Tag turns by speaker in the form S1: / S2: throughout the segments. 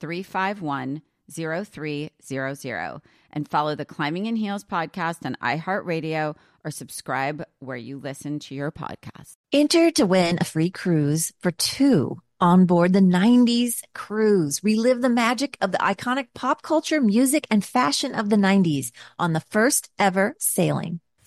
S1: 351 0300 and follow the Climbing in Heels podcast on iHeartRadio or subscribe where you listen to your podcast.
S2: Enter to win a free cruise for two on board the 90s cruise. Relive the magic of the iconic pop culture, music, and fashion of the 90s on the first ever sailing.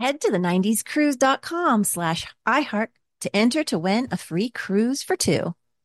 S2: Head to the 90scruise.com slash iHeart to enter to win a free cruise for two.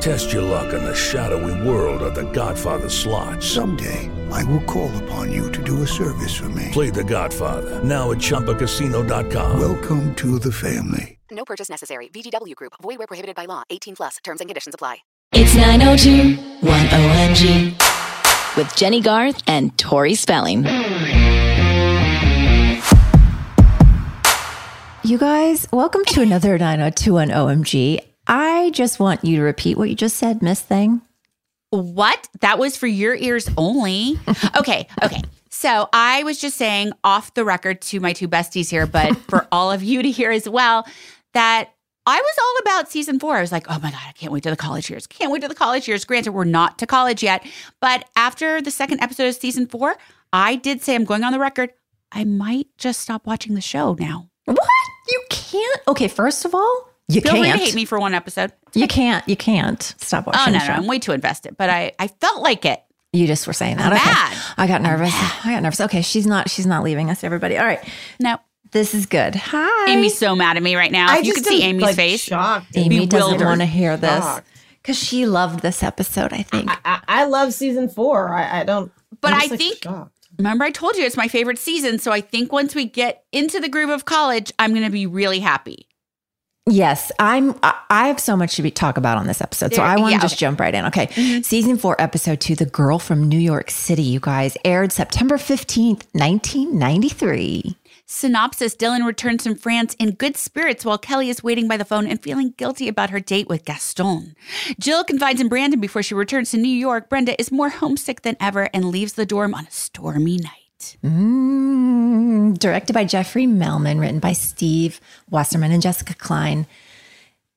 S3: Test your luck in the shadowy world of The Godfather slot.
S4: Someday, I will call upon you to do a service for me.
S3: Play The Godfather now at ChumbaCasino.com.
S4: Welcome to the family.
S5: No purchase necessary. VGW Group. Void where prohibited by law. 18 plus. Terms and conditions apply.
S6: It's 902 1OMG oh with Jenny Garth and Tori Spelling.
S2: You guys, welcome to another 9021 OMG. I just want you to repeat what you just said, Miss Thing.
S7: What? That was for your ears only. Okay, okay. So I was just saying off the record to my two besties here, but for all of you to hear as well, that I was all about season four. I was like, oh my God, I can't wait to the college years. Can't wait to the college years. Granted, we're not to college yet. But after the second episode of season four, I did say I'm going on the record. I might just stop watching the show now.
S2: What? You can't? Okay, first of all, you
S7: Feel free to
S2: can't.
S7: hate me for one episode.
S2: You can't. You can't stop watching.
S7: Oh no,
S2: the
S7: no,
S2: show.
S7: I'm way too invested. But I, I felt like it.
S2: You just were saying that.
S7: I'm
S2: okay.
S7: mad.
S2: I got nervous. I got nervous. Okay, she's not. She's not leaving us. Everybody. All right.
S7: No.
S2: This is good. Hi.
S7: Amy's so mad at me right now.
S8: I
S7: If you
S8: just
S7: can see
S8: am,
S7: Amy's
S8: like,
S7: face.
S8: Shocked.
S2: Amy doesn't
S7: bewildered.
S2: want to hear this
S8: Shocked.
S2: because she loved this episode. I think.
S8: I, I love season four. I, I don't.
S7: But
S8: I'm
S7: I
S8: just, like,
S7: think-
S8: shocked.
S7: Remember, I told you it's my favorite season. So I think once we get into the groove of college, I'm going to be really happy.
S2: Yes, I'm. I, I have so much to be, talk about on this episode, so
S7: There-
S2: I want to
S7: yeah, Mm-hmm.
S2: just
S7: okay.
S2: jump right in. Okay, season four, episode two, "The Girl from New York City." You guys aired September fifteenth, nineteen ninety three.
S7: Synopsis Dylan returns from France in good spirits while Kelly is waiting by the phone and feeling guilty about her date with Gaston. Jill confides in Brandon before she returns to New York. Brenda is more homesick than ever and leaves the dorm on a stormy night.
S2: Mm, directed by Jeffrey Melman, written by Steve Wasserman and Jessica Klein.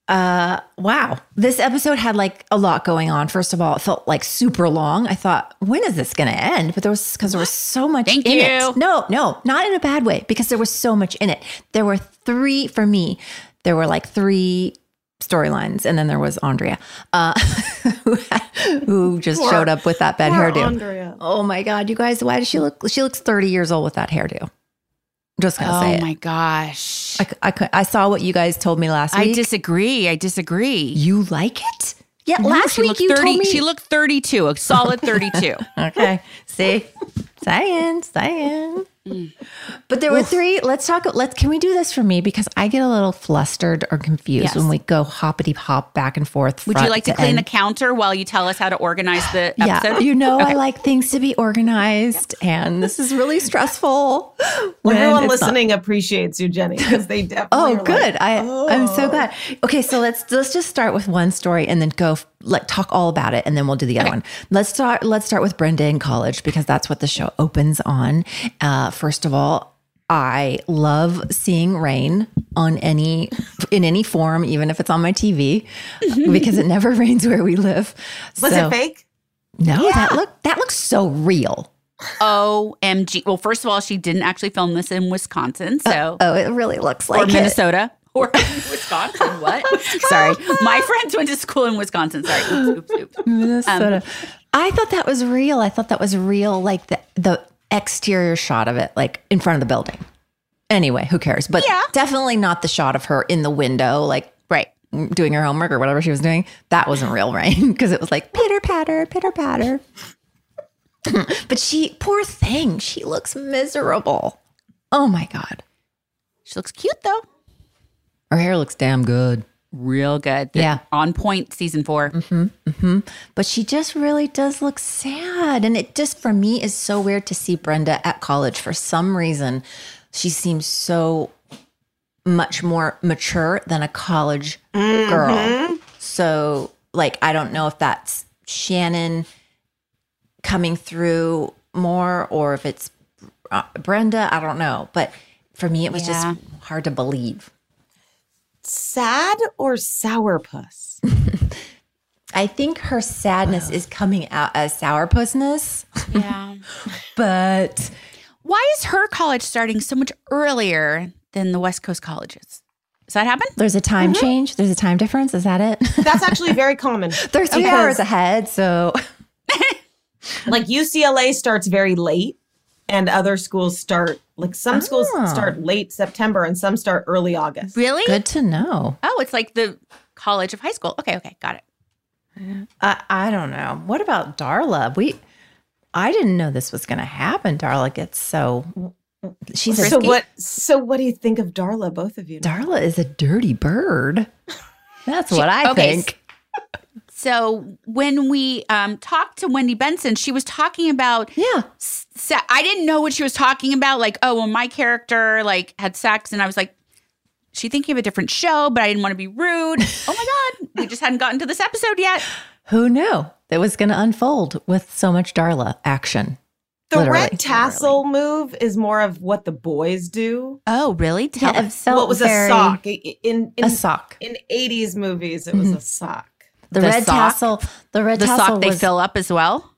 S2: Uh, wow. This episode had like a lot going on. First of all, it felt like super long. I thought, when is this going to end? But there was, because there was so much
S7: Thank
S2: in
S7: you.
S2: it. No, no, not in a bad way, because there was so much in it. There were three, for me, there were like three storylines. And then there was Andrea, uh, who, who just
S9: Poor-
S2: showed up with that bad
S9: poor
S2: hairdo.
S9: Andrea.
S2: Oh my God, you guys, why does she look? She looks 30 years old with that hairdo. Just gonna
S7: Oh
S2: say it.
S7: my gosh.
S2: I, c- I, cou- I saw what you guys told me last
S7: I
S2: week.
S7: disagree. I disagree.
S2: You like it? Yeah,
S7: No,
S2: last
S7: she
S2: week
S7: looked
S2: you
S7: 30,
S2: told me
S7: she looked 32, a solid 32.
S2: okay. See, science, science.
S7: Mm.
S2: But there were three. Let's talk. Let's. Can we do this for me because I get a little flustered or confused
S7: Yes.
S2: when we go hoppity hop back and forth.
S7: Would you
S2: front
S7: like to clean
S2: end.
S7: the counter while you tell us how to organize the
S2: Yeah,
S7: episode?
S2: you know I like things to be organized, and this is really stressful. when
S9: Everyone
S2: it's not.
S9: listening appreciates you, Jenny, because they definitely.
S2: Oh,
S9: are like, "Oh."
S2: good. I I'm so glad. Okay, so let's let's just start with one story and then go f- like talk all about it, and then we'll do the other one. Let's start let's start with Brenda in college because that's what the show opens on. Uh, first of all, I love seeing rain on any in any form, even if it's on my TV, because it never rains where we live.
S9: Was
S2: So-
S9: it fake?
S2: No, that look that looks so real.
S7: OMG. Well, first of all, she didn't actually film this in Wisconsin. So,
S2: Oh, it really looks like
S7: or
S2: it.
S7: Minnesota. Or Wisconsin, what? Sorry. My friends went to school in Wisconsin. Sorry. Oops, oops, oops.
S2: Minnesota. Um, I thought that was real. I thought that was real, like the the exterior shot of it, like in front of the building. Anyway, who cares? But definitely not the shot of her in the window, like
S7: right
S2: doing her homework or whatever she was doing. That wasn't real rain because it was like pitter patter, pitter patter. but she, poor thing, she looks miserable. Oh my god,
S7: She looks cute though.
S2: her hair looks damn good.
S7: Real good.
S2: Yeah.
S7: On point season 4
S2: hmm But she just really does look sad. And it just, for me, is so weird to see Brenda at college. For some reason, she seems so much more mature than a college girl. So, like, I don't know if that's Shannon coming through more or if it's uh, Brenda. I don't know. But for me, it was
S7: Yeah.
S2: just hard to believe.
S9: Sad or sourpuss?
S2: I think her sadness is coming out as sourpussness.
S7: Yeah.
S2: but
S7: Why is her college starting so much earlier than the West Coast colleges? Does that happen?
S2: There's a time change. There's a time difference. Is Mm-hmm. that it?
S9: That's actually very common.
S2: They're three
S9: Because,
S2: hours ahead. So
S9: Like UCLA starts very late, and other schools start like some schools
S2: Oh.
S9: start late September, and some start early August.
S7: Really?
S2: good to know.
S7: Oh, it's like the college of high school. Okay, okay, got it.
S2: I, I don't know. What about Darla? We, I didn't know this was going to happen. Darla gets so she's
S9: So
S2: a,
S9: what? So what do you think of Darla? Both of you.
S2: Darla is a dirty bird. That's what I
S7: okay,
S2: think.
S7: So when we um, talked to Wendy Benson, she was talking about.
S2: Yeah.
S7: s- Se- I didn't know what she was talking about. Like, oh, well, my character like had sex, and I was like, she thinking of a different show, but I didn't want to be rude. oh my god, we just hadn't gotten to this episode yet.
S2: Who knew that was going to unfold with so much Darla action?
S9: The
S2: Literally.
S9: red tassel move is more of what the boys do.
S7: Oh, really? Tell
S2: Yeah, it felt
S9: what was
S2: very-
S9: a sock I- I- in in,
S2: A sock.
S9: in 80s movies? It was a sock.
S2: The,
S7: Mm-hmm. The
S2: red
S7: sock?
S2: tassel. The red
S7: the
S2: tassel
S7: sock they
S2: was,
S7: fill up as well.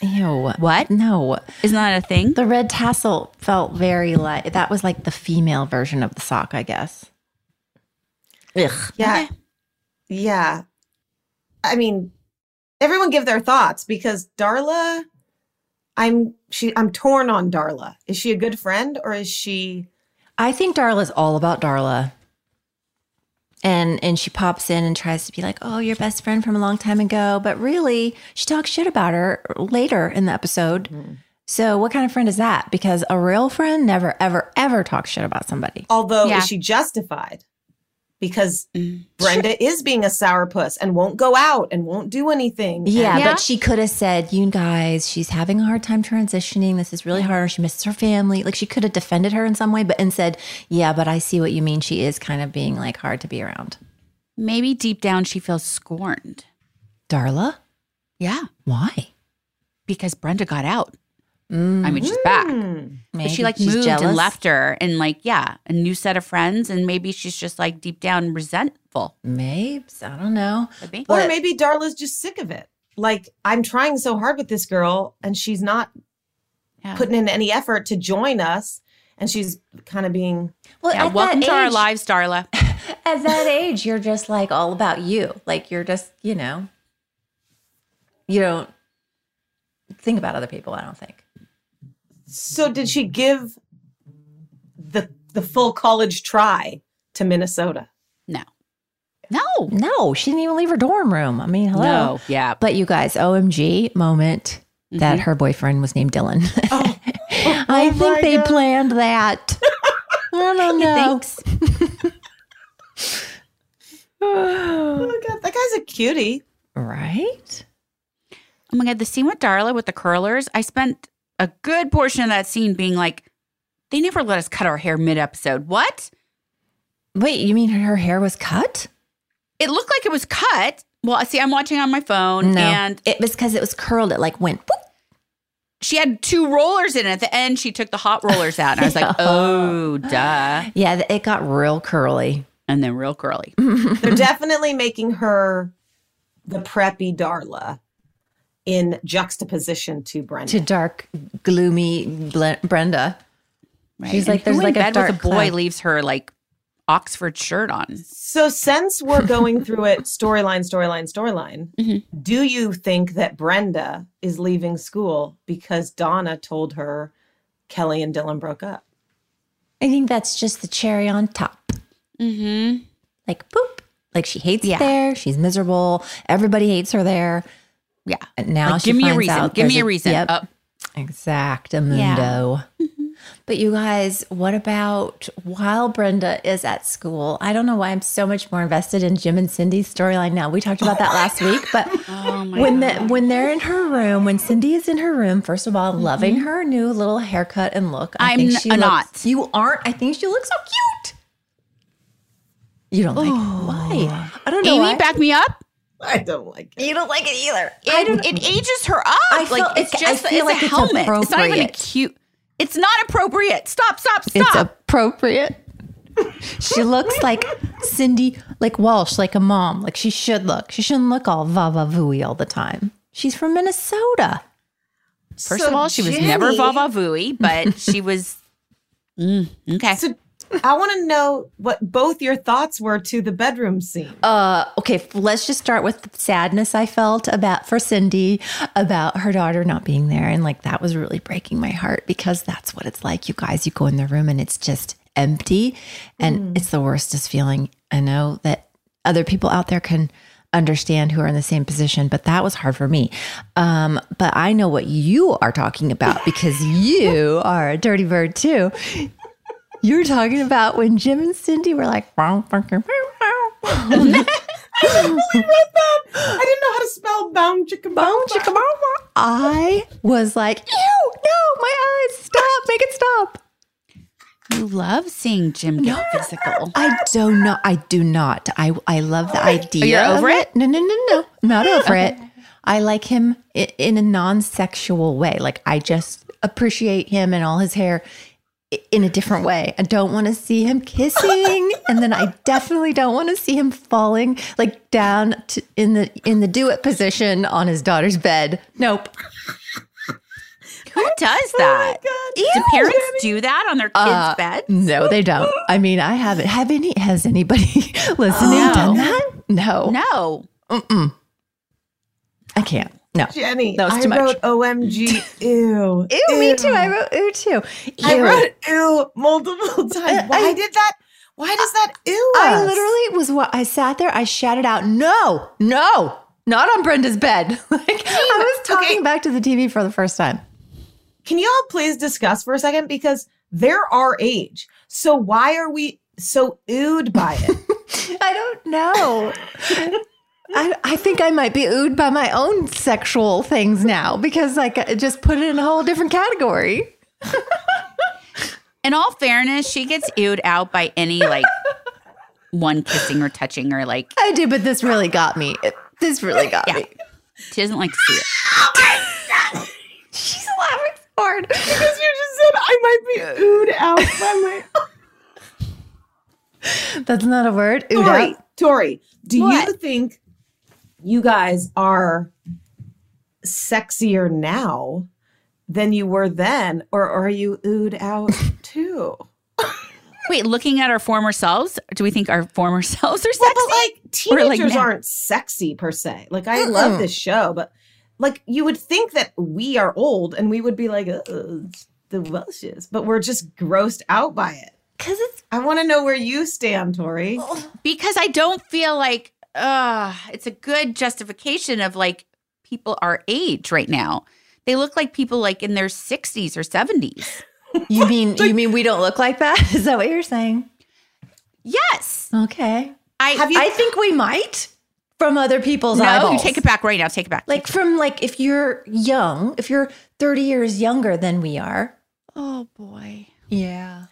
S2: Ew.
S7: What?
S2: No.
S7: Isn't that a thing?
S2: The red tassel felt very like that was like the female version of the sock, I guess. Ugh.
S9: Yeah, yeah. I mean, everyone give their thoughts because Darla. I'm she. I'm torn on Darla. Is she a good friend or is she?
S2: I think Darla's all about Darla. And and she pops in and tries to be like, "Oh, your best friend from a long time ago," but really, she talks shit about her later in the episode. So, what kind of friend is that? Because a real friend never ever ever talks shit about somebody.
S9: Although
S7: Yeah.
S9: is she justified? Because
S7: Mm.
S9: Brenda is being a sourpuss and won't go out and won't do anything. and-
S2: Yeah,
S7: Yeah.
S2: but she could have said, "You guys, she's having a hard time transitioning. This is really hard. She misses her family." Like she could have defended her in some way, but and said, "Yeah, but I see what you mean. She is kind of being like hard to be around."
S7: Maybe deep down she feels scorned.
S2: Darla,
S7: Yeah,
S2: why?
S7: because Brenda got out.
S2: Mm.
S7: I mean, she's back. But
S2: Maybe
S7: she like
S2: she's
S7: moved
S2: jealous.
S7: and left her and like, yeah, a new set of friends. And maybe she's just like deep down resentful.
S2: Maybe. I don't know.
S9: or maybe Darla's just sick of it. Like I'm trying so hard with this girl, and she's not putting in any effort to join us, and she's kind of being
S2: Well,
S7: Yeah,
S2: at
S7: welcome
S2: that
S7: to our
S2: age-
S7: lives, Darla.
S2: At that age, you're just like all about you. Like you're just, you know, you don't think about other people, I don't think.
S9: So did she give the the full college try to Minnesota?
S7: No.
S2: No. No, she didn't even leave her dorm room. I mean, hello.
S7: No, yeah. Mm-hmm.
S2: But you guys, OMG moment that her boyfriend was named Dylan.
S7: Oh.
S2: I think they planned that. I don't know.
S9: Oh my god, that guy's a cutie.
S2: Right?
S7: Oh my God, the scene with Darla with the curlers, I spent a good portion of that scene being like, they never let us cut our hair mid episode. What?
S2: Wait, you mean her hair was cut?
S7: It looked like it was cut. Well, see, I'm watching on my phone
S2: No.
S7: and
S2: it was because it was curled. It like went boop.
S7: She had two rollers in it. At the end, she took the hot rollers out. And I was like, oh, duh.
S2: Yeah, th- it got real curly. Mm,
S7: And then real curly.
S9: They're definitely making her the preppy Darla in juxtaposition to Brenda.
S2: to dark, gloomy Ble- Brenda. She's like, there's like a
S7: bed
S2: dark
S7: with a boy
S2: cloud.
S7: leaves her like Oxford shirt on.
S9: So since we're going through it storyline, storyline, storyline,
S2: Mm-hmm.
S9: do you think that Brenda is leaving school because Donna told her Kelly and Dylan broke up?
S2: I think that's just the cherry on top.
S7: Mm-hmm.
S2: Like boop. Like she hates it there. She's miserable. Everybody hates her there.
S7: Yeah.
S2: And now
S7: Like,
S2: she
S7: give me a
S2: finds
S7: reason.
S2: out
S7: Give me
S2: there's
S7: a reason.
S2: Yep.
S7: Up. Mm-hmm.
S2: Exactamundo. But you guys, what about while Brenda is at school? I don't know why I'm so much more invested in Jim and Cindy's storyline now. We talked
S7: Oh
S2: about that last week, but when the, when they're in her room, when Cindy is in her room, first of all, loving her new little haircut and look.
S7: Mm-hmm. I'm n-
S2: looks-
S7: not.
S2: You aren't. I think she looks so cute. You don't
S9: Oh
S2: like why? I don't know.
S7: Amy,
S2: why.
S7: back me up.
S9: I don't like
S2: You don't like it either.
S7: I don't, it ages her up.
S2: I feel-
S7: like it's
S2: it's- I
S7: just
S2: feel
S7: it's
S2: like
S7: a
S2: it's
S7: helmet. It's not even a
S2: appropriate.
S7: cute. It's not appropriate. Stop, stop, stop.
S2: It's appropriate. she looks like Cindy, like Walsh, like a mom, like she should look. She shouldn't look all va va vooey all the time. She's from Minnesota.
S7: First of all, she was never Vava Vui, but she was. Mm, okay.
S9: So I want to know what both your thoughts were to the bedroom scene.
S2: Uh, okay, f- let's just start with the sadness I felt about for Cindy about her daughter not being there, and like that was really breaking my heart because that's what it's like. You guys, you go in the room and it's just empty, and it's the worstest feeling. I know that other people out there can understand who are in the same position, but that was hard for me. Um, but I know what you are talking about because you are a dirty bird too. You're talking about when Jim and Cindy were like, "Wow, fucking wow, wow."
S9: I didn't really read that. I didn't know how to spell bound chicka bound chicka
S2: I was like, ew, no, my eyes, stop, make it stop.
S7: You love seeing Jim get physical.
S2: I do not, I do not. I, I love the idea.
S7: over
S2: of
S7: it? Oh,
S2: No, no, no, no, I'm not over it. I like him i- in a non sexual way. Like, I just appreciate him and all his hair i- in a different way. I don't want to see him kissing and then I definitely don't want to see him falling like down to, in the in the do it position on his daughter's bed. Nope.
S7: Who does that? do parents do that on their kids'
S2: Uh,
S7: bed?
S2: No, they don't. I mean, I haven't. Have any? Has anybody listening done that? No,
S7: No.
S2: Mm-mm. I can't. No,
S9: Jenny,
S2: that was
S9: I
S2: too much.
S9: wrote OMG, ew.
S2: ew, me too. I wrote ew too.
S9: I
S2: Ew.
S9: wrote ew multiple times. Why did that? Why does that ew?
S2: I
S9: us?
S2: literally was. What I sat there. I shouted out, "No, no, not on Brenda's bed!" like I was talking back to the TV for the first time.
S9: Can you all please discuss for a second? Because they're our age. So why are we so oohed by it?
S2: I don't know. I, I think I might be oohed by my own sexual things now because like I just put it in a whole different category.
S7: In all fairness, she gets ewed out by any like one kissing or touching or like
S2: I do, but this really got me. It- This really got
S7: Yeah.
S2: me.
S7: she doesn't like to see it.
S2: She's laughing
S9: hard because you just said I might be oohed out by my.
S2: That's not a word. Oohed
S9: Tori,
S2: out?
S9: Tori, do you think you guys are sexier now than you were then, or are you oohed out too?
S7: Wait, looking at our former selves, do we think our former selves are sexy?
S9: Well, but like
S7: Or,
S9: teenagers
S7: now?
S9: aren't sexy per se. Like I
S7: Mm-mm.
S9: love this show, but like you would think that we are old and we would be like "Ugh, the Welshes, but we're just grossed out by it.
S7: Cause it's
S9: I want to know where you stand, Tori.
S7: because I don't feel like uh it's a good justification of like people our age right now. They look like people like in their 60s or 70s.
S2: You mean you mean we don't look like that? Is that what you're saying?
S7: Yes.
S2: Okay.
S7: I
S2: have you, I think we might from other people's
S7: no,
S2: eyeballs.
S7: you take it back right now. Take it back.
S2: Like from like if you're young, if you're 30 years younger than we are.
S7: Oh boy.
S2: Yeah.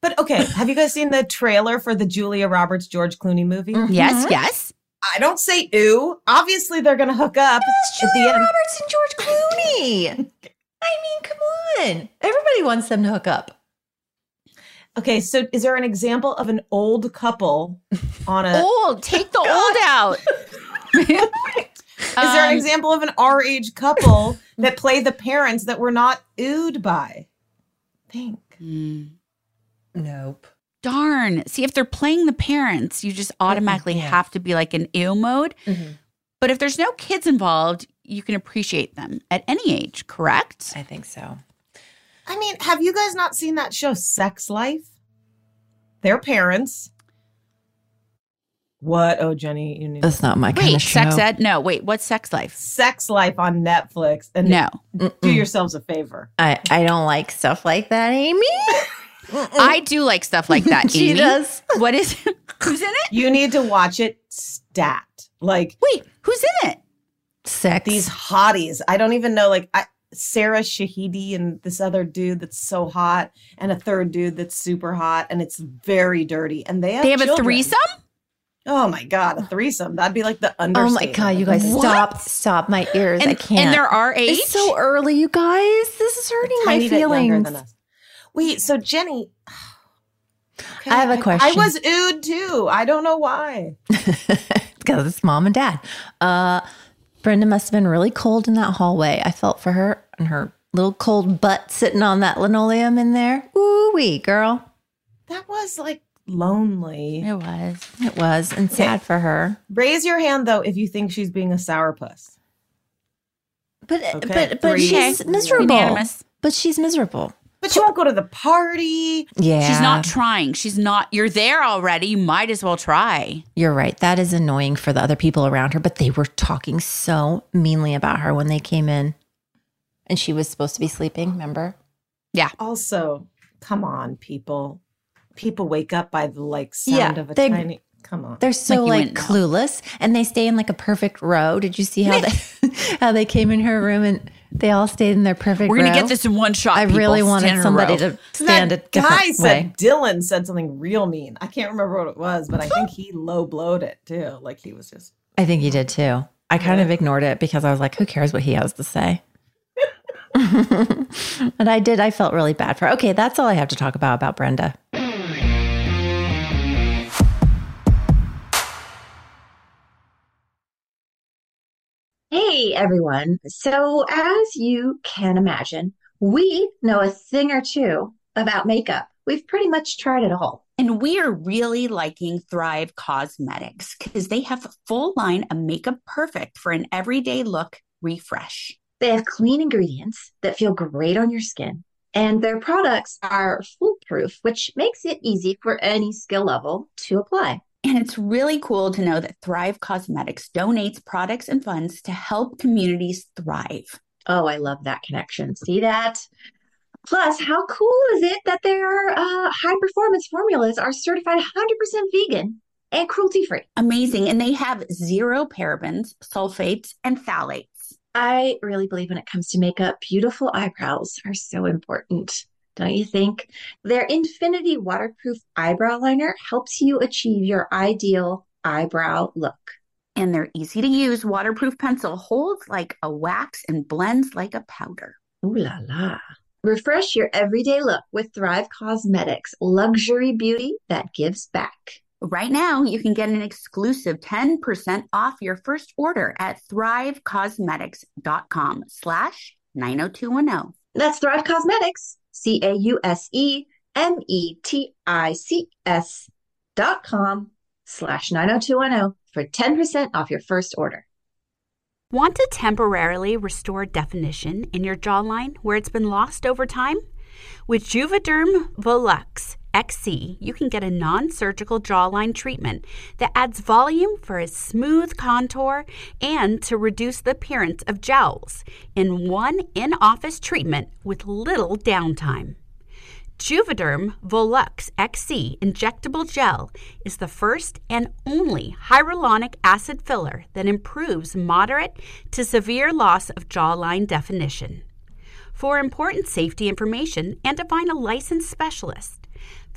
S9: But okay, have you guys seen the trailer for the Julia Roberts George Clooney movie?
S7: Yes, yes.
S9: I don't say ooh. Obviously, they're gonna hook up at the end.
S2: Roberts and George Clooney. I mean, come on. Everybody wants them to hook up.
S9: Okay, so is there an example of an old couple on a
S7: Old, take the old out.
S9: Is there an
S7: Um,
S9: example of an our age couple that play the parents that we're not oohed by? Think.
S2: Nope.
S7: Mm. Darn. See, if they're playing the parents, you just automatically have to be like in ew mode.
S9: Mm-hmm.
S7: But if there's no kids involved, you can appreciate them at any age, correct?
S2: I think so.
S9: I mean, have you guys not seen that show Sex Life? Their parents. What? Oh, Jenny, you knew.
S2: That's not my kind
S7: Wait,
S2: of show.
S7: sex ed? No, wait, what's sex life?
S9: Sex Life on Netflix. And
S7: No.
S9: do yourselves a favor.
S2: I, I don't like stuff like that, Amy.
S7: I do like stuff like that.
S2: She
S7: Amy.
S2: does.
S7: What is who's in it?
S9: You need to watch it stat. Like
S7: Wait, who's in it?
S2: Sex.
S9: these hotties. I don't even know. Like I, Sarah Shahidi and this other dude that's so hot, and a third dude that's super hot, and it's very dirty. And they have
S7: They have a
S9: children.
S7: threesome?
S9: Oh my god, a threesome. That'd be like the
S2: oh
S9: understatement.
S2: my god, you guys stop, stop my ears. I
S7: And,
S2: can't.
S7: and there are age?
S2: It's so early, you guys. This is hurting my
S9: Tiny bit younger
S2: feelings.
S9: than us. Wait, so Jenny. Okay,
S2: I have a
S9: I,
S2: question.
S9: was oohed too. I don't know why.
S2: because it's mom and dad. Uh, Brenda must have been really cold in that hallway. I felt for her and her little cold butt sitting on that linoleum in there. Ooh wee, girl.
S9: That was like lonely.
S7: it was.
S2: It was and sad for her.
S9: Raise your hand though if you think she's being a sourpuss.
S2: But
S9: Okay,
S2: but but
S9: three.
S2: she's
S9: Okay.
S2: miserable.
S7: Unanimous.
S2: But she's miserable.
S9: But she won't go to the party.
S2: Yeah,
S7: She's not trying. She's not you're there already. You might as well try.
S2: You're right. That is annoying for the other people around her. But they were talking so meanly about her when they came in, and she was supposed to be sleeping. Remember?
S9: Also, come on, people. People wake up by the like sound
S2: Yeah,
S9: of a
S2: they-
S9: tiny. Come on.
S2: They're so
S7: Like, you
S2: like,
S7: wouldn't know.
S2: clueless, and they stay in like a perfect row. Did you see how they how they came in her room and they all stayed in their perfect?
S7: We're gonna
S2: row?
S7: get this in one shot.
S2: I
S7: people.
S2: really
S7: Stand in
S2: wanted
S7: a
S2: somebody
S7: row.
S2: to stand
S9: that
S2: a different
S9: guy
S2: way.
S9: said Dylan said something real mean. I can't remember what it was, but I think he low blowed it too. Like he was just
S2: I think he did too. I kind of ignored it because I was like, who cares what he has to say? and I did. I felt really bad for. her. Okay, that's all I have to talk about about Brenda.
S10: Hey everyone. So, as you can imagine, we know a thing or two about makeup. We've pretty much tried it all.
S11: And we are really liking Thrive Cosmetics because they have a full line of makeup perfect for an everyday look refresh.
S10: They have clean ingredients that feel great on your skin, and their products are foolproof, which makes it easy for any skill level to apply.
S11: And it's really cool to know that Thrive Cosmetics donates products and funds to help communities thrive.
S10: Oh, I love that connection. See that? Plus, how cool is it that their uh, high performance formulas are certified 100% vegan and cruelty free?
S11: Amazing. And they have zero parabens, sulfates, and phthalates.
S10: I really believe when it comes to makeup, beautiful eyebrows are so important, don't you think? Their Infinity Waterproof Eyebrow Liner helps you achieve your ideal eyebrow look.
S11: And their easy to use waterproof pencil holds like a wax and blends like a powder.
S10: Ooh la la. Refresh your everyday look with Thrive Cosmetics, luxury beauty that gives back.
S11: Right now, you can get an exclusive 10% off your first order at thrivecosmetics.com slash 90210.
S10: That's Thrive Cosmetics, C A U S E M E T I C S dot com slash 90210 for 10% off your first order.
S12: Want to temporarily restore definition in your jawline where it's been lost over time? With Juvederm Volux XC, you can get a non surgical jawline treatment that adds volume for a smooth contour and to reduce the appearance of jowls in one in office treatment with little downtime. Juvederm Volux XC injectable gel is the first and only hyaluronic acid filler that improves moderate to severe loss of jawline definition. For important safety information and to find a licensed specialist,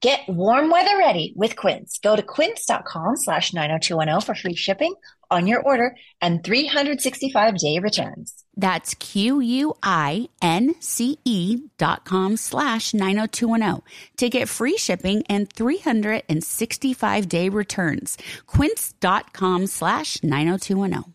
S10: Get warm weather ready with Quince. Go to quince.com slash 90210 for free shipping on your order and 365 day returns.
S7: That's Q-U-I-N-C-E E dot com slash 90210 to get free shipping and 365 day returns. Quince.com slash 90210.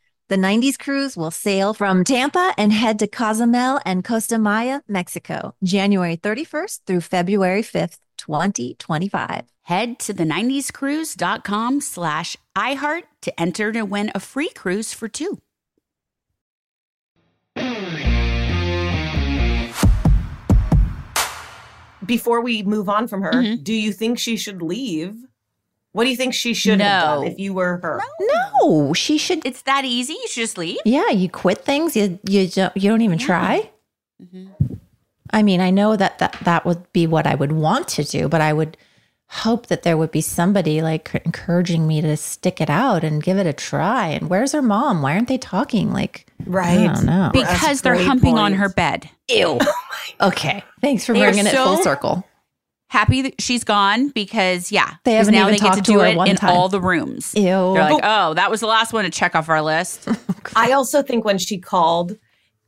S2: The 90s cruise will sail from Tampa and head to Cozumel and Costa Maya, Mexico, January 31st through February 5th, 2025.
S7: Head to the 90scruise.com slash iHeart to enter to win a free cruise for two.
S9: Before we move on from her,
S2: Mm-hmm.
S7: Mhm.
S9: do you think she should leave? What do you think she should have
S7: No.
S9: done if you were her?
S2: No, she should.
S7: It's that easy. You should just leave.
S2: Yeah, you quit things. You you don't, you don't even try.
S7: Mm-hmm.
S2: I mean, I know that, that that would be what I would want to do, but I would hope that there would be somebody like encouraging me to stick it out and give it a try. And where's her mom? Why aren't they talking? Like, I don't know.
S7: Because they're humping on her bed.
S2: Ew. okay. Thanks for
S7: They are
S2: bringing it
S7: so
S2: full circle.
S7: happy that she's gone because yeah,
S2: They
S7: 'cause
S2: haven't
S7: now
S2: even
S7: they get to
S2: talked to
S7: do
S2: her
S7: it
S2: one
S7: in
S2: time.
S7: all the rooms.
S2: Ew.
S7: They're like, oh, that was the last one to check off our list.
S9: I also think when she called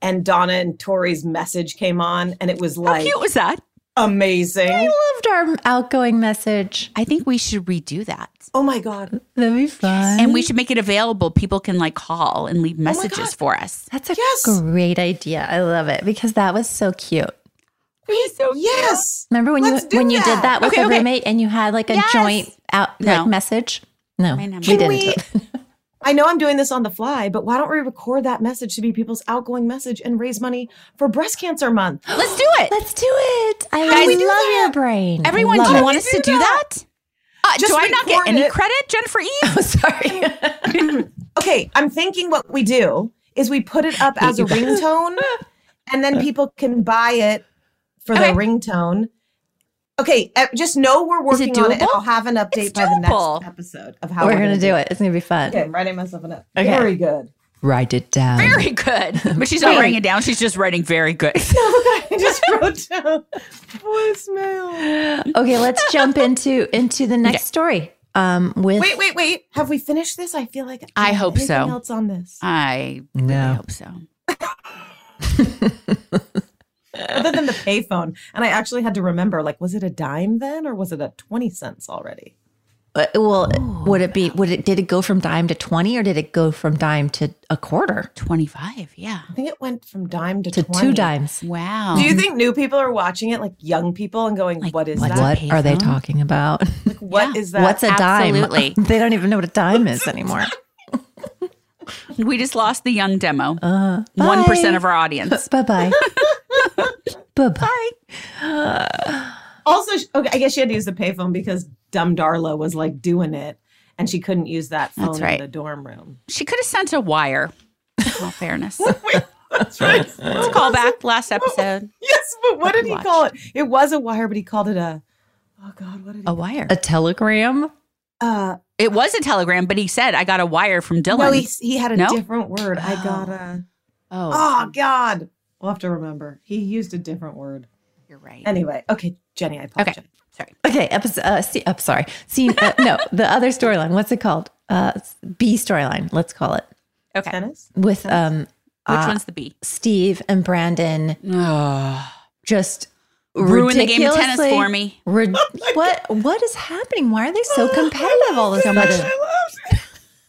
S9: and Donna and Tori's message came on and it was like How cute
S7: was that?
S9: Amazing. I
S2: loved our outgoing message.
S7: I think we should redo that.
S9: Oh my god.
S2: That'd be fun.
S7: "Oh," And we should make it available. People can like call and
S2: Oh
S7: leave messages for us.
S2: That's a great idea. I love it because that was so cute.
S7: so
S9: yes.
S2: Remember when
S9: Let's
S2: you
S9: do
S2: when you did
S9: that.
S2: that with
S9: Okay,
S2: your
S9: okay.
S2: roommate and you had like a
S9: Yes.
S2: joint out
S9: No.
S2: like message? No, we
S9: Can
S2: didn't. do
S9: we-
S2: it.
S9: I know I'm doing this on the fly, but why don't we record that message to be people's outgoing message and raise money for breast cancer month?
S7: Let's do it.
S2: Let's do it. I
S9: Guys,
S2: love
S9: do
S2: your brain. I
S7: Everyone,
S2: love
S7: do you
S2: it.
S7: want us to do that? Uh,
S9: Just
S7: do I not get
S9: record
S7: any
S9: it.
S7: credit, Jennifer E? Eve?
S2: Oh,
S9: Okay, I'm thinking what we do is we put it up as a
S7: you guys.
S9: ringtone and then people can buy it for their ringtone. Okay, uh, just know we're
S2: Is it
S9: working on it and
S2: doable?
S9: I'll have an update by the
S2: doable.
S9: next episode of how
S2: We're
S9: we're
S2: gonna
S9: going to
S2: do it. It's gonna be fun.
S9: Okay, I'm writing myself a note.
S2: Okay.
S9: Very good.
S2: Write it down.
S7: Very good. But she's not
S2: Wait.
S7: writing it down. She's just writing very good.
S9: I just wrote down voicemail.
S2: okay, let's jump into into the next story. Um, with
S9: Wait, wait, wait. Have we finished this? I feel like
S7: I hope
S9: anything
S7: so.
S9: Else on this?
S7: I
S2: no.
S7: hope so.
S9: Other than the payphone, and I actually had to remember. Like, was it a dime then, or was it a twenty cents already?
S2: Uh, well, would it be? Would it? Did it go from dime to twenty, or did it go from dime to a quarter?
S7: Twenty five. Yeah.
S9: I think it went from dime to,
S2: To
S9: 20.
S2: two dimes.
S7: Wow.
S9: Do you think new people are watching it, like young people, and going, "What is
S2: Like,
S9: that?
S2: what are they talking about?
S9: What is that?
S2: What's a dime?
S7: Absolutely.
S2: they don't even know what a dime is anymore.
S7: We just lost the young demo.
S2: Uh,
S7: One
S2: bye.
S7: percent of our audience.
S2: Bye bye. bye bye.
S9: Also, sh- okay, I guess she had to use the payphone because dumb Darla was like doing it, and she couldn't use that phone
S7: That's right.
S9: in the dorm room.
S7: She could have sent a wire. In all fairness. Let's call back last episode.
S9: Yes, but what did he
S7: watch.
S9: call it? It was a wire, but he called it a. Oh God, what did he?
S7: A wire.
S2: A telegram.
S9: Uh,
S7: It was a telegram, but he said I got a wire from Dylan.
S9: no, he, he had a
S7: No?
S9: different word. I got a.
S7: Oh.
S9: Oh God, we'll have to remember. He used a different word.
S7: You're right.
S9: Anyway, okay, Jenny, I apologize.
S2: Okay, episode. Uh, see, I'm sorry. Scene. Uh, no, the other storyline. What's it called? Uh, B storyline. Let's call it
S7: Okay.
S9: Tennis?
S2: with um. Which
S7: Which one's the B?
S2: Steve and Brandon. just
S7: Ruin the game of tennis
S2: ridiculously-
S7: for me.
S2: rid- what What is happening? Why are they so competitive all of a sudden?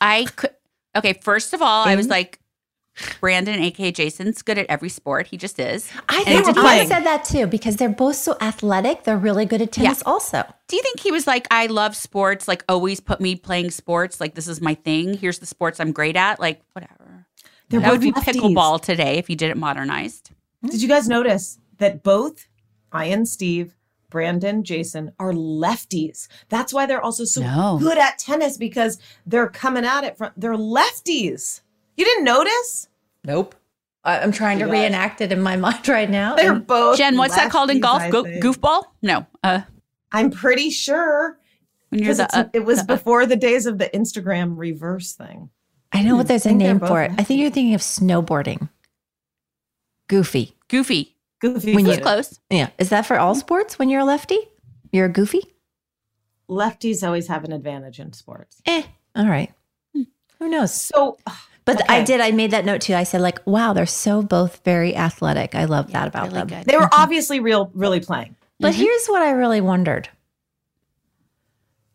S7: I could. Okay, first of all,
S9: Mm-hmm.
S7: I was like, Brandon, aka Jason's good at every sport. He just is.
S2: I
S7: And
S2: think
S7: did you-
S2: I said that too because they're both so athletic. They're really good at tennis, also.
S7: Do you think he was like, I love sports, like always put me playing sports, like this is my thing. Here's the sports I'm great at, like whatever.
S9: They're
S7: that would be
S9: both lefties.
S7: pickleball today if he did it modernized.
S9: Did you guys notice that both I and Steve, Brandon, Jason are lefties? That's why they're also so
S7: No.
S9: good at tennis because they're coming at it from they're lefties. You didn't notice?
S2: Nope. I, I'm trying to
S9: Yes.
S2: reenact it in my mind right now.
S9: They're
S2: and-
S9: both
S7: Jen, what's that called in
S9: lefties,
S7: golf?
S9: I
S7: Go-
S9: think.
S7: goofball? No. Uh,
S9: I'm pretty sure
S7: when you're
S9: because
S7: the, uh,
S9: it was
S7: the, uh,
S9: before the days of the Instagram reverse thing.
S2: I know
S7: Hmm.
S2: what there's a
S9: Hmm. think they're
S2: name
S9: both
S2: for it. I think you're thinking of snowboarding. Goofy.
S7: goofy.
S9: Goofy
S2: When
S9: when
S2: you-
S7: It's close.
S2: Yeah. Is that for
S9: Mm-hmm.
S2: all sports when you're a lefty? You're a goofy?
S9: lefties always have an advantage in sports.
S2: Eh. All right. Who knows?
S9: Hmm. So
S2: But
S9: okay.
S2: I did. I made that note too. I said, like, wow, they're so both very athletic. I love that about
S7: Really
S2: them.
S7: good.
S9: they were obviously real really playing.
S2: But here's what I really wondered.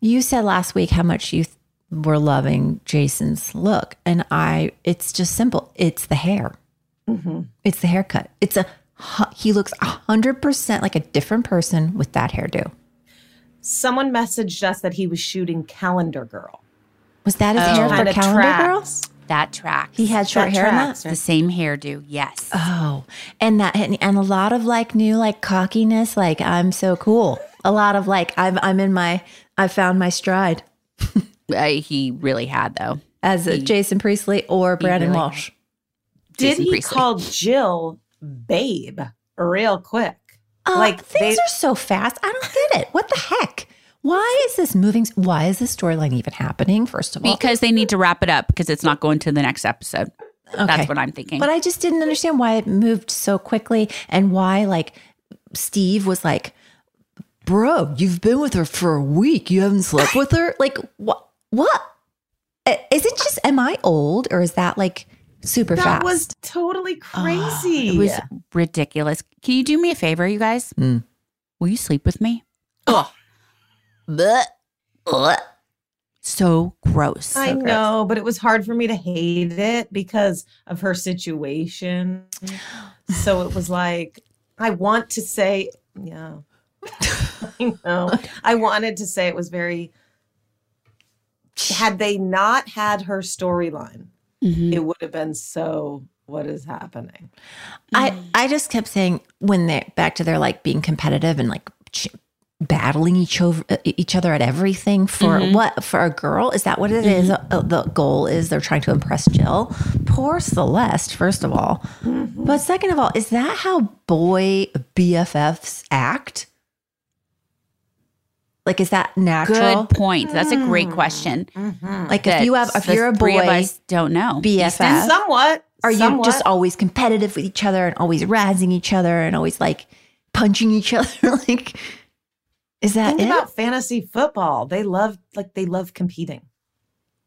S2: You said last week how much you th- were loving Jason's look. And I, it's just simple. It's the hair.
S9: Mm-hmm.
S2: It's the haircut. It's a, hu- he looks 100% like a different person with that hairdo.
S9: Someone messaged us that he was shooting Calendar Girl.
S2: Was that his hair
S9: Oh, Kinda
S2: for Calendar Girl?
S9: tracks.
S7: That track.
S2: He had short
S9: That
S2: hair in that?
S9: tracks,
S7: the same hairdo. Yes.
S2: Oh, and that and, and a lot of like new like cockiness, like I'm so cool. A lot of like I'm I'm in my I found my stride
S7: Uh, he really had though.
S2: as a Jason Priestley or Brandon
S7: really-
S2: Walsh.
S9: Did
S7: Jason
S9: he
S7: Priestley.
S9: call Jill babe real quick?
S2: Uh,
S9: like
S2: things
S9: they,
S2: are so fast. I don't get it. What the heck? Why is this moving? s- Why is this storyline even happening? First of all,
S7: Because they need to wrap it up because it's not going to the next episode.
S2: Okay.
S7: That's what I'm thinking.
S2: But I just didn't understand why it moved so quickly and why like Steve was like bro, you've been with her for a week. You haven't slept with her? Like, what? What? I- Is it just, am I old or is that like super
S9: that
S2: fast?
S9: was totally crazy.
S7: Ah, It was ridiculous. Can you do me a favor, you guys?
S2: Mm.
S7: Will you sleep with me?
S11: Oh,
S7: Blech. Blech. So gross.
S9: I
S7: So gross.
S9: know, but it was hard for me to hate it because of her situation. So it was like, I want to say, yeah, I know. I wanted to say it was very, had they not had her storyline, it would have been so, what is happening?
S2: I, I just kept saying when they're back to their like being competitive and like ch- battling each over each other at everything for
S11: Mhm.
S2: what for a girl is that what it is? Uh, the goal is they're trying to impress Jill. Poor Celeste, first of all, but second of all, is that how boy BFFs act? Like, is that natural?
S7: Good point. That's a
S9: Hmm.
S7: great question.
S9: Mm-hmm.
S2: Like, if you have- if
S7: the
S2: you're a
S7: three of
S2: boy,
S7: us don't know
S2: BFF.
S9: Somewhat.
S2: Are you
S9: somewhat.
S2: just always competitive with each other and always razzing each other and always like punching each other? like, is that
S9: Think
S2: it?
S9: about fantasy football. They love like they love competing.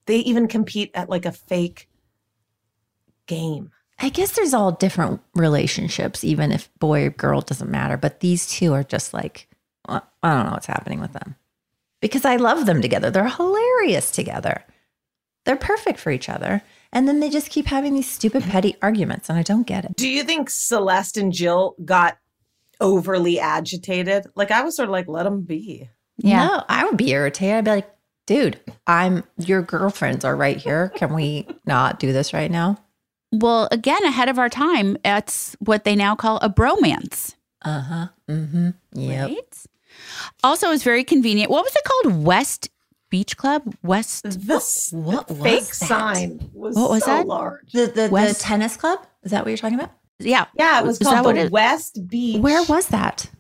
S9: They even compete at like a fake game.
S2: I guess there's all different relationships, even if boy or girl doesn't matter. But these two are just like, uh, I don't know what's happening with them because I love them together. They're hilarious together. They're perfect for each other. And then they just keep having these stupid, petty arguments. And I don't get it.
S9: Do you think Celeste and Jill got overly agitated? Like I was sort of like, let them be.
S7: Yeah.
S2: No, I would be irritated. I'd be like, dude, I'm your girlfriends are right here. Can we not do this right now?
S7: Well, again, ahead of our time, it's what they now call a bromance.
S2: Uh huh. Mm hmm. Yep.
S7: Right? Also, it's very convenient. What was it called? West Beach Club? West?
S9: This
S2: What was
S9: fake
S2: that?
S9: sign was,
S7: What was
S9: so
S7: that?
S9: large.
S2: The, the, the
S7: West-
S2: tennis club? Is that what you're talking about?
S7: Yeah.
S9: Yeah, it was
S7: Is that
S9: called
S7: what
S9: the
S7: it-
S9: West Beach.
S2: Where was that?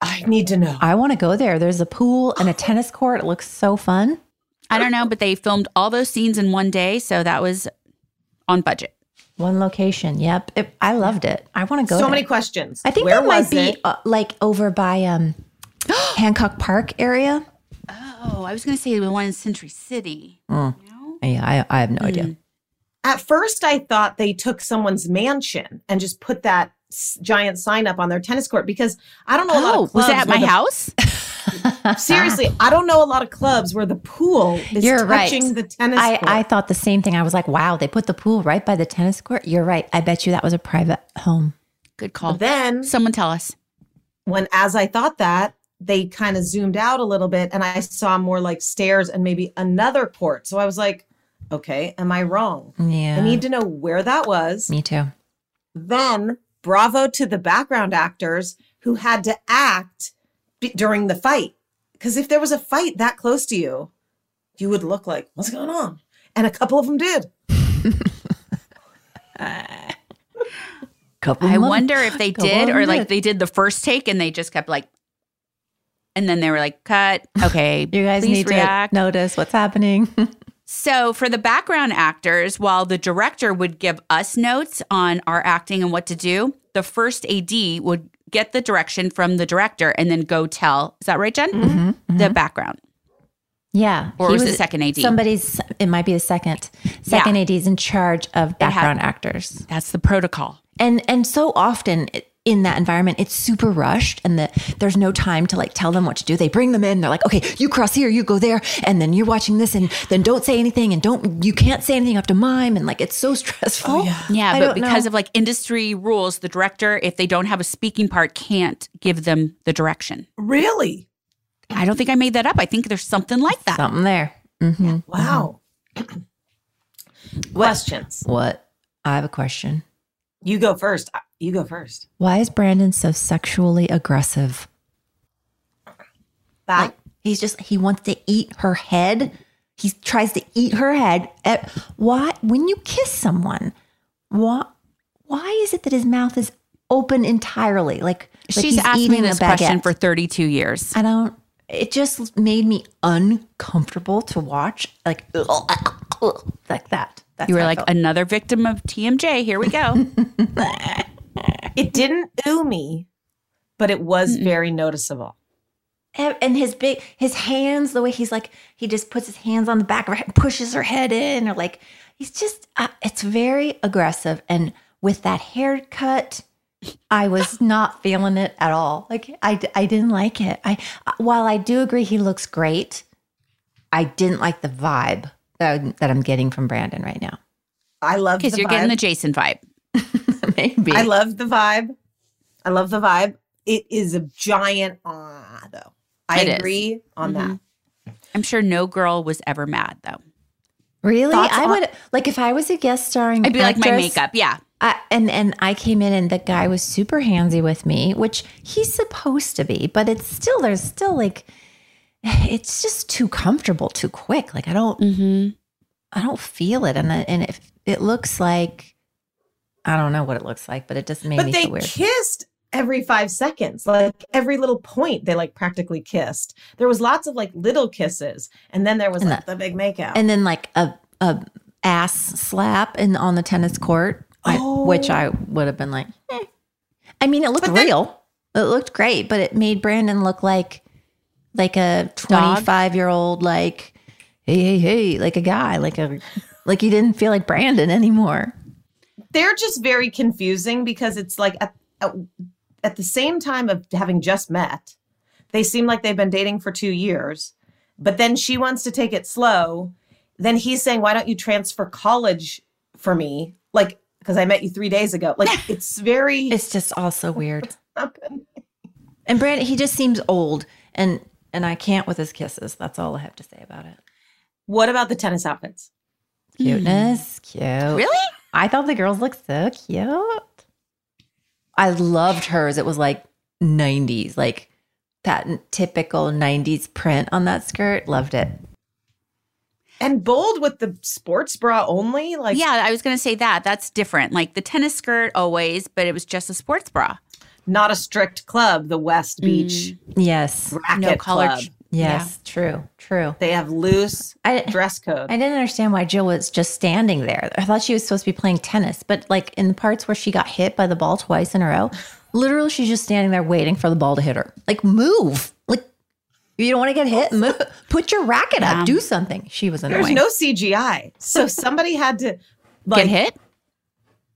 S9: I need to know. Oh.
S2: I want to go there. There's a pool and a tennis court. It looks so fun.
S7: I don't know, but they filmed all those scenes in one day. So that was on budget.
S2: One location. Yep. It, I loved it. I want to go.
S9: so
S2: there.
S9: many questions.
S2: Oh I think
S9: Where
S2: that might
S9: was
S2: be
S9: it?
S2: uh, like over by um, Hancock Park area.
S7: Oh, I was going to say the one in Century City.
S2: Mm. Yeah, I, I have no idea.
S9: At first, I thought they took someone's mansion and just put that s- giant sign up on their tennis court because I don't know a lot
S7: Oh,
S9: of clubs.
S7: was it at
S9: where
S7: my
S9: the-
S7: house?
S9: Seriously, I don't know a lot of clubs where the pool is
S2: You're right.
S9: touching the tennis
S2: I,
S9: court.
S2: I thought the same thing. I was like, wow, they put the pool right by the tennis court. You're right. I bet you that was a private home.
S7: Good call.
S9: But then,
S7: Someone tell us.
S9: when as I thought that, they kind of zoomed out a little bit and I saw more like stairs and maybe another court. So I was like, okay, am I wrong?
S2: Yeah.
S9: I need to know where that was.
S2: Me too.
S9: Then, bravo to the background actors who had to act b- during the fight. Because if there was a fight that close to you, you would look like, what's going on? And a couple of them did.
S7: Uh,
S2: Couple
S7: I
S2: months-
S7: wonder if they
S2: couple
S7: did, or like
S2: months.
S7: they did the first take and they just kept like, and then they were like, cut. Okay.
S2: you guys
S7: please
S2: need
S7: react.
S2: to notice what's happening.
S7: So, for the background actors, while the director would give us notes on our acting and what to do, the first AD would get the direction from the director and then go tell. Is that right, Jen? The background.
S2: yeah.
S7: Or
S2: he
S7: was it second AD?
S2: Somebody's, it might be the second. Second AD is in charge of background actors.
S7: That's the protocol.
S2: and and so often in that environment it's super rushed and the, there's no time to like tell them what to do they bring them in they're like okay you cross here you go there and then you're watching this and then don't say anything and don't you can't say anything you have to mime and like it's so stressful
S7: Yeah, but because of like industry rules, the director, if they don't have a speaking part, can't give them the direction.
S9: Really?
S7: I don't think I made that up. I think there's something like that.
S2: something there hmm
S9: Wow.
S7: Mm-hmm.
S9: Questions.
S2: what i have a question
S9: You go first. I- You go first.
S2: why is brandon so sexually aggressive
S9: That
S2: Like, he's just he wants to eat her head. He tries to eat her head. Eh, Why when you kiss someone, why why is it that his mouth is open entirely? Like, like
S7: She's
S2: he's
S7: asked me
S2: eating a
S7: this question
S2: baguette.
S7: for 32 years.
S2: I don't it just made me uncomfortable to watch. Like ugh, ugh, ugh, like that. That's
S7: You were
S2: how I
S7: like,
S2: felt.
S7: another victim of TMJ. Here we go.
S9: it didn't ooh me, but it was very noticeable.
S2: and his big his hands the way he's like he just puts his hands on the back of her head pushes her head in or like he's just uh, it's very aggressive and with that haircut i was not feeling it at all like i, I didn't like it i while i do agree he looks great i didn't like the vibe that, I'm- that i'm getting from brandon right now
S9: I love
S7: because
S9: the
S7: you're getting
S9: vibe.
S7: the Jason vibe.
S2: maybe
S9: I love the vibe. I love the vibe. It is a giant ah though. I
S7: It is.
S9: agree on that.
S7: Mhm. I'm sure no girl was ever mad though.
S2: really
S9: Thoughts
S2: i
S9: on-
S2: would like if i was a guest starring
S7: I'd be like my
S2: actress,
S7: makeup, yeah.
S2: I, and and I came in and the guy was super handsy with me, which he's supposed to be, but it's still there's still like it's just too comfortable too quick. Like I don't
S7: Mm-hmm.
S2: I don't feel it, and I, and it it looks like I don't know what it looks like, but it just made
S9: But
S2: me
S9: they
S2: feel weird.
S9: kissed every five seconds, like every little point they like practically kissed. There was lots of like little kisses, and then there was
S2: And
S9: like the, big makeout.
S2: and then like a a ass slap in on the tennis court, I- which
S9: Oh.
S2: I would have been like, eh. I mean, it looked real, it looked great, but it made Brandon look like like a twenty five year old, like hey hey hey, like a guy, like a like he didn't feel like Brandon anymore.
S9: they're just very confusing because it's like at, at, at the same time of having just met they seem like they've been dating for two years but then she wants to take it slow then he's saying why don't you transfer college for me like because i met you three days ago like it's very
S2: It's just also weird.
S9: happening.
S2: And Brandon, he just seems old, and and I can't with his kisses. That's all I have to say about it.
S9: what about the tennis outfits Hmm.
S2: Cuteness, cute.
S7: Really?
S2: I thought the girls looked so cute. I loved hers. It was like 90s, like that typical 90s print on that skirt. Loved it.
S9: and bold with the sports bra only like
S7: yeah, I was gonna say that. That's different. Like the tennis skirt always, but it was just a sports bra.
S9: not a strict club the west beach
S2: Yes.
S9: Mm. racket
S7: No collar
S9: club
S7: ch-
S2: Yes. True. True.
S9: they have loose
S2: I-
S9: dress code
S2: I didn't understand why Jill was just standing there. I thought she was supposed to be playing tennis, but like in the parts where she got hit by the ball twice in a row, literally she's just standing there waiting for the ball to hit her. Like move. Like you don't want to get hit, move. Put your racket up. Do something. She was
S9: There's
S2: annoying.
S9: no CGI. So somebody had to like
S7: Get hit?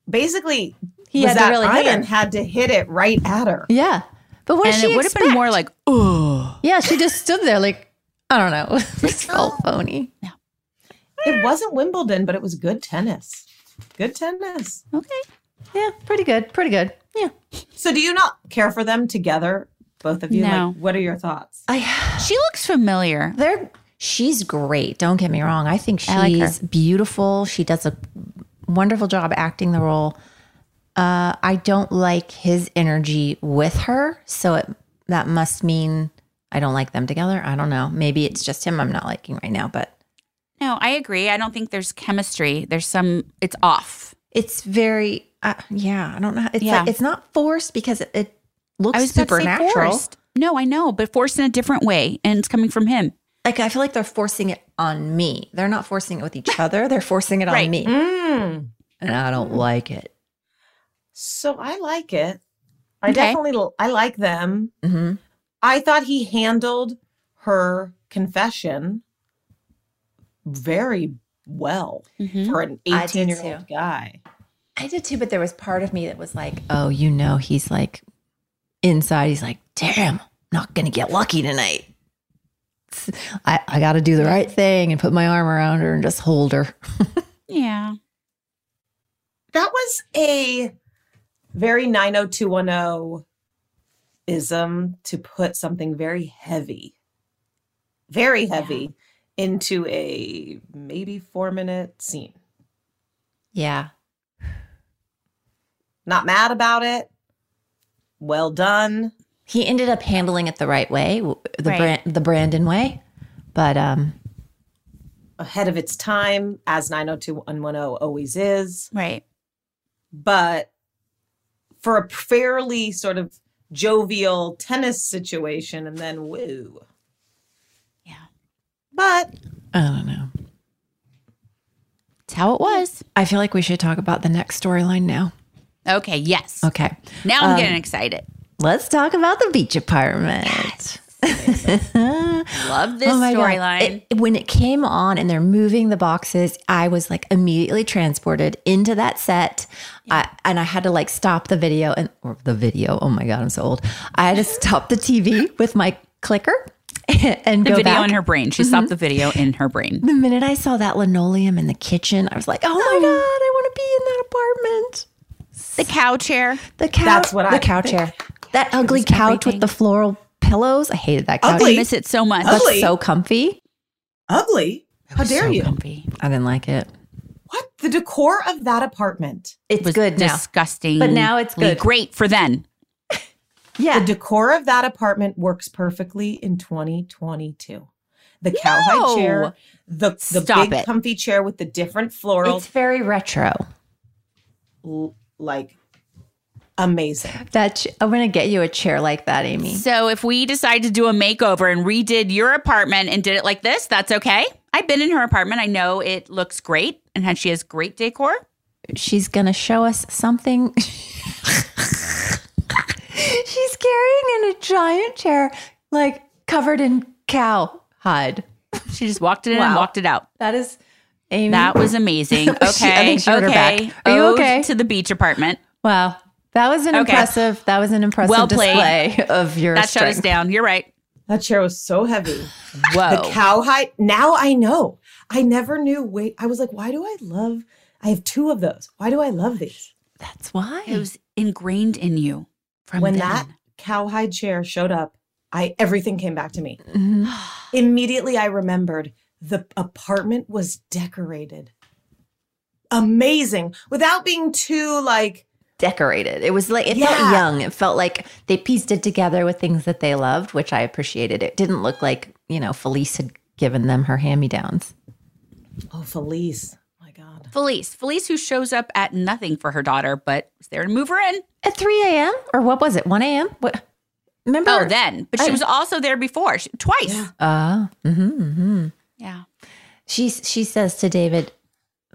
S9: basically
S2: He
S9: was
S2: had to
S9: that
S2: really hit
S9: Ryan
S2: her.
S9: had to hit it right at her.
S2: Yeah. But what
S7: and
S2: did she
S7: it would have been more like, oh
S2: Yeah, she just stood there like I don't know. It felt phony.
S9: It wasn't Wimbledon, but it was good tennis. Good tennis.
S7: okay.
S2: Yeah, pretty good. Pretty good. Yeah.
S9: So do you not care for them together, both of you?
S7: No.
S9: Like what are your thoughts?
S2: I
S7: She looks familiar.
S2: they're she's great. Don't get me wrong. I think she's
S7: I like her.
S2: beautiful. She does a wonderful job acting the role. Uh, I don't like his energy with her, so it that must mean I don't like them together. I don't know. Maybe it's just him I'm not liking right now, but
S7: No, I agree. I don't think there's chemistry. There's some it's off.
S2: it's very uh, yeah. I don't know. It's
S7: Yeah.
S2: like, it's not forced because it, it looks
S7: I was about to say
S2: supernatural.
S7: forced. No, I know, but forced in a different way, and it's coming from him.
S2: Like I feel like they're forcing it on me. They're not forcing it with each other. They're forcing it
S7: Right.
S2: on me,
S9: Mm.
S2: and I don't like it.
S9: So I like it. I
S7: Okay.
S9: definitely l- I like them.
S2: Mm-hmm.
S9: I thought he handled her confession very well
S7: Mhm.
S9: for an
S2: Mm-hmm. I did
S9: 18 year old
S2: too.
S9: guy.
S2: I did too, but there was part of me that was like, oh, you know, he's like inside, he's like, damn, not gonna get lucky tonight. I, I gotta do the right thing and put my arm around her and just hold her.
S7: Yeah.
S9: that was a very 90210 ism to put something very heavy very heavy into a maybe 4 minute scene
S2: Yeah.
S9: not mad about it well done
S2: He ended up handling it the right way, w- the
S7: Right.
S2: Bran- the Brandon way. But um
S9: ahead of its time as 90210 always is
S7: Right.
S9: but for a fairly sort of jovial tennis situation and then woo
S7: Yeah.
S9: but
S2: I don't know.
S7: It's how it was.
S2: I feel like we should talk about the next storyline now.
S7: Okay. Yes.
S2: Okay.
S7: Now I'm
S2: Um,
S7: getting excited.
S2: Let's talk about the beach apartment.
S7: Love this
S2: Oh my God.
S7: storyline.
S2: It- When it came on and they're moving the boxes, I was like immediately transported into that set. I, and I had to like stop the video and or the video. Oh my God, I'm so old. I had to stop the TV with my clicker and
S7: The
S2: go
S7: video
S2: back. Mm-hmm.
S7: in her brain. She stopped the video in her brain.
S2: the minute I saw that linoleum in the kitchen, I was like, oh my God, I want to be in that apartment.
S7: The cow chair.
S2: The couch.
S9: That's what I
S2: The cow
S9: think.
S2: chair. That ugly couch with the floral pillows. I hated that couch.
S7: I miss it so much.
S2: That's so comfy.
S9: Ugly. How dare you?
S2: I didn't like it.
S9: What? The decor of that apartment.
S2: It's
S7: was
S2: good now.
S7: Disgusting.
S2: But now it's good.
S7: Great for then.
S2: Yeah.
S9: The decor of that apartment works perfectly in 2022. The cowhide chair, the, the
S2: Stop
S9: big
S2: it.
S9: comfy chair with the different floral,
S2: It's very retro.
S9: l- like amazing.
S2: That ch- I'm gonna get you a chair like that, Amy.
S7: So if we decide to do a makeover and redid your apartment and did it like this, that's okay. I've been in her apartment. I know it looks great and how she has great decor.
S2: She's gonna show us something. She's carrying in a giant chair, like covered in cow hide.
S7: She just walked it in and
S2: Wow.
S7: walked it out.
S2: That is Amy.
S7: That was amazing. Okay.
S2: I think she hurt her back.
S7: okay.
S2: Are you
S7: Ode
S2: okay?
S7: To the beach apartment.
S2: wow. That was an
S7: Okay.
S2: impressive. That was an impressive
S7: Well played.
S2: display of your
S7: that shut
S2: strength.
S7: us down. You're right.
S9: That chair was so heavy.
S7: Whoa.
S9: The cowhide. Now I know. I never knew. Wait, I was like, why do I love? I have two of those. Why do I love these?
S2: That's why.
S7: It was ingrained in you from
S9: when
S7: then.
S9: that cowhide chair showed up, I everything came back to me. Immediately, I remembered the apartment was decorated. Amazing, without being too like
S2: decorated. It was like it felt
S9: Yeah.
S2: young. It felt like they pieced it together with things that they loved, which I appreciated. It didn't look like you know Felice had given them her hand me downs.
S9: oh Felice. My God,
S7: Felice. Felice who shows up at nothing for her daughter, but is there to move her in.
S2: At three a.m. or what was it? One a.m. What? Remember?
S7: Oh, then. But she
S2: I-
S7: was also there before, she, twice.
S2: Ah, mhm, mhm.
S7: yeah.
S2: she she says to David,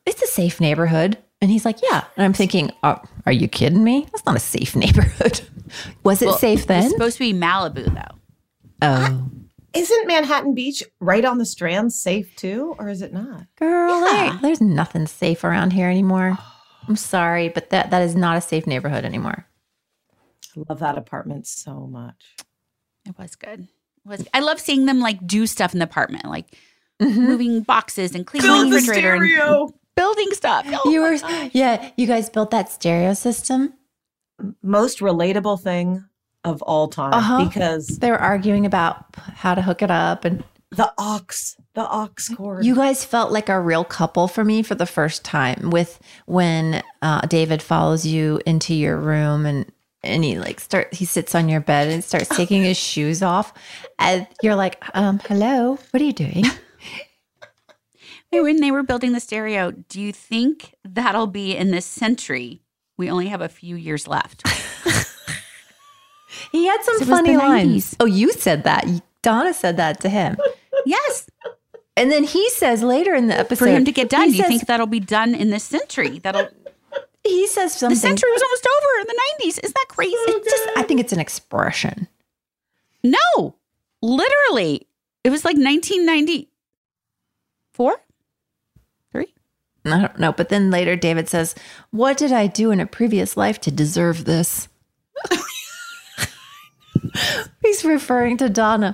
S2: "It's a safe neighborhood," and he's like, "Yeah." And I'm thinking, "Are, are you kidding me? That's not a safe neighborhood. was it
S7: Well,
S2: safe then?
S7: It's supposed to be Malibu, though.
S2: oh,
S9: isn't Manhattan Beach right on the Strand safe too, or is it not?
S2: girl, there- there's nothing safe around here anymore."
S9: Oh.
S2: I'm sorry, but that that is not a safe neighborhood anymore.
S9: I love that apartment so much.
S7: It was good. It was I love seeing them like do stuff in the apartment, like
S2: Mm-hmm.
S7: moving boxes and cleaning
S9: Build
S7: the
S9: the
S7: refrigerator and
S9: stereo.
S7: building stuff. Oh
S2: you
S7: my
S2: were
S7: God.
S2: yeah you guys built that stereo system
S9: Most relatable thing of all time
S2: Uh-huh.
S9: because
S2: they were arguing about p- how to hook it up and
S9: the ox, the ox cord.
S2: you guys felt like a real couple for me for the first time with when uh, david follows you into your room and and he like start he sits on your bed and starts taking his shoes off and you're like um hello what are you doing
S7: Hey, when they were building the stereo, do you think that'll be in this century? We only have a few years left.
S2: he had some
S7: It was the
S2: funny lines
S7: 90s.
S2: oh you said that You- donna said that to him
S7: yes.
S2: and then he says later in the episode
S7: For him to get done.
S2: he
S7: Do you
S2: says-
S7: think that'll be done in this century? That'll
S2: he says something
S7: the century was almost over in the nineties. Isn't that crazy?
S9: Oh,
S2: it's just i think it's an expression
S7: No. Literally. It was like nineteen ninety four? Three?
S2: I don't know. But then later, David says, What did I do in a previous life to deserve this? He's referring to Donna.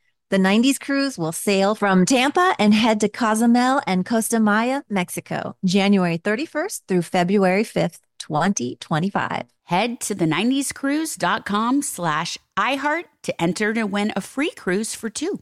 S13: The 90s cruise will sail from Tampa and head to Cozumel and Costa Maya, Mexico, January 31st through February 5th, 2025.
S7: Head to the 90scruise.com slash iHeart to enter to win a free cruise for two.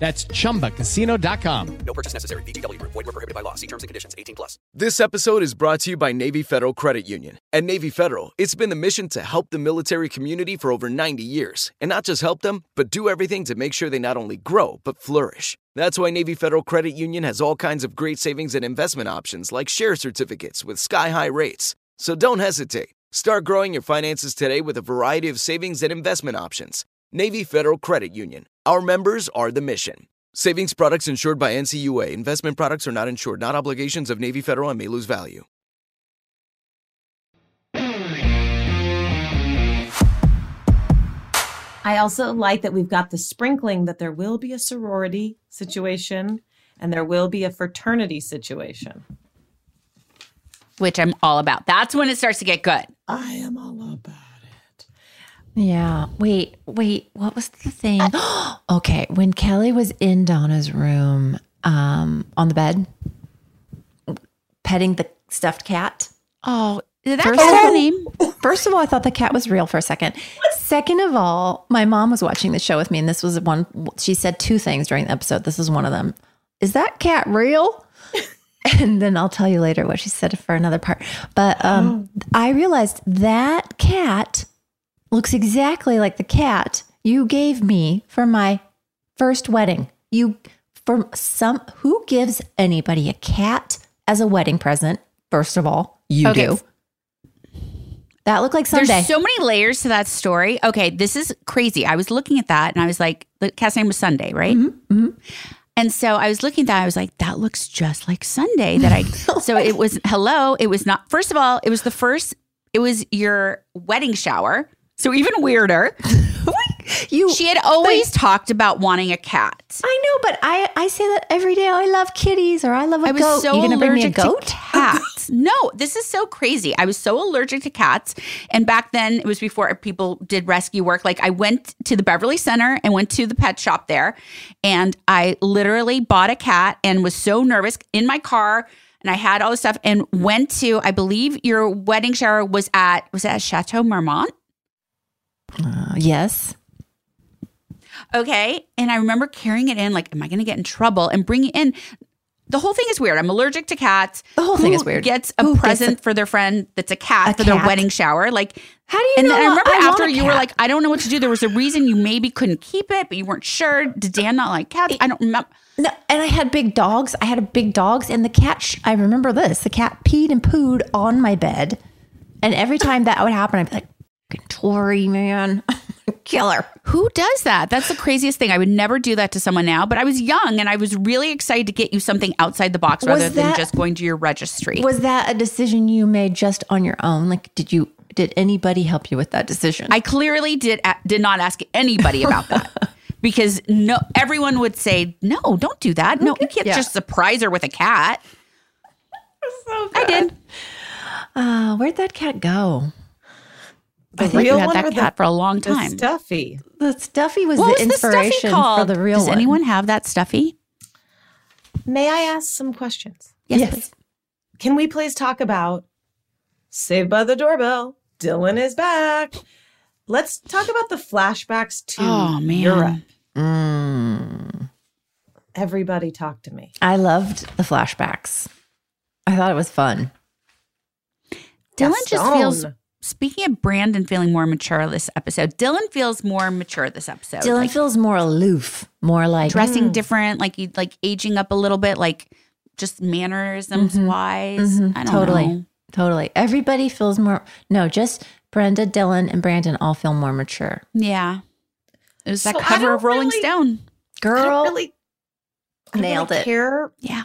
S14: That's chumbacasino.com.
S15: No purchase necessary. VGW Group. Void were prohibited by law. See terms and conditions. 18 plus.
S16: This episode is brought to you by Navy Federal Credit Union. At Navy Federal, it's been the mission to help the military community for over 90 years, and not just help them, but do everything to make sure they not only grow but flourish. That's why Navy Federal Credit Union has all kinds of great savings and investment options, like share certificates with sky-high rates. So don't hesitate. Start growing your finances today with a variety of savings and investment options. Navy Federal Credit Union. Our members are the mission. Savings products insured by NCUA. Investment products are not insured, not obligations of Navy Federal and may lose value.
S9: I also like that we've got the sprinkling that there will be a sorority situation and there will be a fraternity situation.
S7: Which I'm all about. That's when it starts to get good.
S9: I am all about.
S2: Yeah. Wait, wait, what was the thing? okay, when Kelly was in Donna's room, um, on the bed, petting the stuffed cat.
S7: Oh, that's her name.
S2: First of all, I thought the cat was real for a second. Second of all, my mom was watching the show with me, and this was one she said two things during the episode. This is one of them. Is that cat real? and then I'll tell you later what she said for another part. But um,
S7: Oh.
S2: I realized that cat looks exactly like the cat you gave me for my first wedding. You for some who gives anybody a cat as a wedding present? First of all, you
S7: Okay.
S2: do. That looked like someday.
S7: There's so many layers to that story. Okay, this is crazy. I was looking at that and I was like, the cat's name was Sunday, right?
S2: Mm-hmm,
S7: And so I was looking at that. I was like, that looks just like Sunday. That I. so it was hello. It was not. First of all, it was the first. It was your wedding shower. So even weirder.
S2: you.
S7: She had always talked about wanting a cat.
S2: I know, but I I say that every day. Oh, I love kitties, or I love a
S7: I was
S2: goat.
S7: so
S2: You're gonna
S7: allergic
S2: bring me a goat?
S7: to cats. no, this is so crazy. I was so allergic to cats, and back then it was before people did rescue work. Like I went to the Beverly Center and went to the pet shop there, and I literally bought a cat and was so nervous in my car. And I had all this stuff and went to, I believe your wedding shower was at, was that Chateau Marmont?
S2: Uh, yes.
S7: Okay. And I remember carrying it in, like, am I going to get in trouble? And bringing it in. The whole thing is weird. I'm allergic to cats. The
S2: whole thing is weird.
S7: Gets a present for their friend that's a cat for their
S2: cat?
S7: wedding shower. Like,
S2: how do you
S7: And
S2: know
S7: then I
S2: I-
S7: remember
S2: I want
S7: after
S2: a
S7: you were
S2: cat?
S7: like, I don't know what to do. There was a reason you maybe couldn't keep it, but you weren't sure. Did Dan not like cats? I don't remember.
S2: No, and I had big dogs. I had a big dogs, and the cat. Sh- I remember this. The cat peed and pooed on my bed, and every time that would happen, I'd be like, "Tori, man, kill her.
S7: Who does that? That's the craziest thing. I would never do that to someone now, but I was young and I was really excited to get you something outside the box
S2: Was
S7: rather than
S2: that-
S7: just going to your registry.
S2: Was that a decision you made just on your own? Like, did you, did anybody help you with that decision?
S7: I clearly did did not ask anybody about that because no everyone would say no, don't do that. No, you can't
S2: Yeah.
S7: just surprise her with a cat. I did.
S2: Uh, where'd that cat go?
S7: I think you had that cat for a long time.
S9: stuffy.
S2: The stuffy was
S7: what
S2: the
S7: was the
S2: inspiration
S7: stuffy called?
S2: for the real
S7: Does
S2: one.
S7: anyone have that stuffy?
S9: May I ask some questions?
S7: Yes.
S9: Can we please talk about Saved by the Doorbell? Dylan is back. Let's talk about the flashbacks to
S7: Oh, man.
S9: Europe.
S2: Mm.
S9: Everybody talk to me.
S2: I loved the flashbacks. I thought it was fun.
S7: Dylan just feels.
S9: Gaston.
S7: Speaking of Brandon feeling more mature this episode, Dylan feels more mature this episode.
S2: Dylan
S7: Like,
S2: feels more aloof, more like hmm.
S7: dressing different, like you like aging up a little bit, like just mannerisms wise.
S2: Mhm.
S7: I don't
S2: totally,
S7: know.
S2: totally. Everybody feels more. No, just Brenda, Dylan, and Brandon all feel more mature.
S7: Yeah. It was
S9: So
S7: that
S9: I
S7: cover
S9: don't
S7: of Rolling
S9: really-
S7: Stone.
S9: I don't
S2: Girl,
S9: really I don't really
S2: nailed it.
S9: Care
S7: Yeah.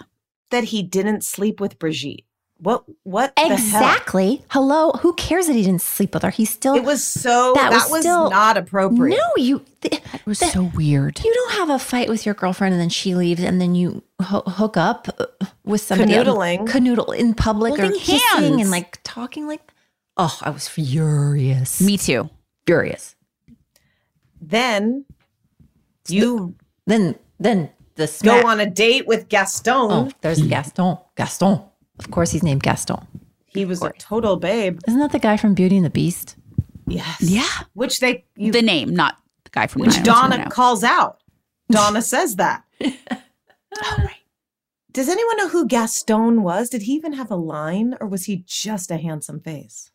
S9: that he didn't sleep with Brigitte. What? What? the hell?
S2: Exactly. Hello. Who cares that he didn't sleep with her? He still.
S9: It was so. Oh, That,
S2: That was
S9: was,
S2: still-
S9: not appropriate.
S2: no. You. th-
S7: It was
S2: that-
S7: so weird.
S2: You don't have a fight with your girlfriend and then she leaves and then you ho- hook up uh, with somebody else.
S9: Canoodling.
S2: canoodle in public or
S7: Holding
S2: kissing
S7: hands.
S2: and like talking like. Oh, I was furious.
S7: Me too.
S2: furious.
S9: Then you
S2: Then then the
S9: go
S2: smack.
S9: on a date with Gaston.
S2: Oh, there's
S7: Mm.
S2: Gaston. Gaston. Of course, he's named Gaston.
S9: he was a total babe.
S2: Isn't that the guy from Beauty and the Beast?
S9: Yes.
S7: Yeah.
S9: Which they you,
S7: the name, not the guy from
S9: which
S7: Nine
S9: Donna
S7: 90210.
S9: calls out. Donna says that.
S7: Oh, right.
S9: Does anyone know who Gaston was? Did he even have a line, or was he just a handsome face?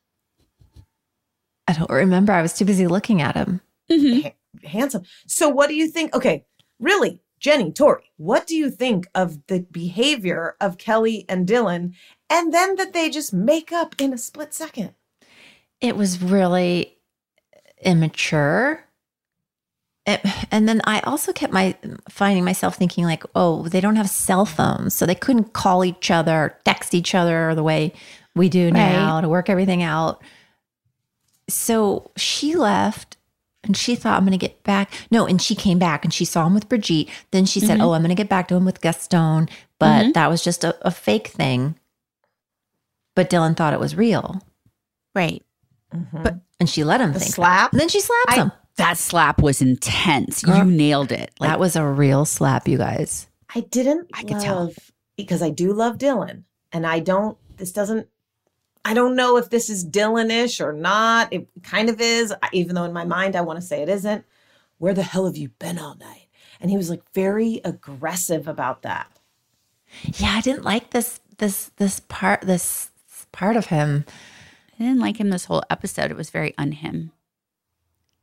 S2: I don't remember. I was too busy looking at him.
S7: Mm-hmm.
S9: handsome. So what do you think? Okay, really, Jenny, Tori, what do you think of the behavior of Kelly and Dylan and then that they just make up in a split second?
S2: It was really immature. It- and then I also kept my finding myself thinking like, oh, they don't have cell phones, so they couldn't call each other, or text each other the way we do now to work everything out. So she left and she thought, I'm going to get back. No, and she came back and she saw him with Brigitte. Then she said,
S7: Mhm.
S2: Oh, I'm going to get back to him with Gaston. But
S7: Mhm.
S2: that was just a, a fake thing. But Dylan thought it was real
S7: Right.
S9: But
S2: Mm-hmm. and she let him
S9: the
S2: think.
S9: slap.
S2: And then she slapped
S9: I-
S2: him.
S7: That slap was intense.
S2: Girl.
S7: you nailed it. Like,
S2: that was a real slap, you guys.
S9: I didn't
S7: I could
S9: love
S7: tell.
S9: because I do love Dylan and I don't this doesn't I don't know if this is Dylan-ish or not. It kind of is, I- even though in my mind I want to say it isn't. Where the hell have you been all night? And he was like very aggressive about that.
S2: Yeah, I didn't like this this this part this part of him.
S7: I didn't like him this whole episode. It was very unhim.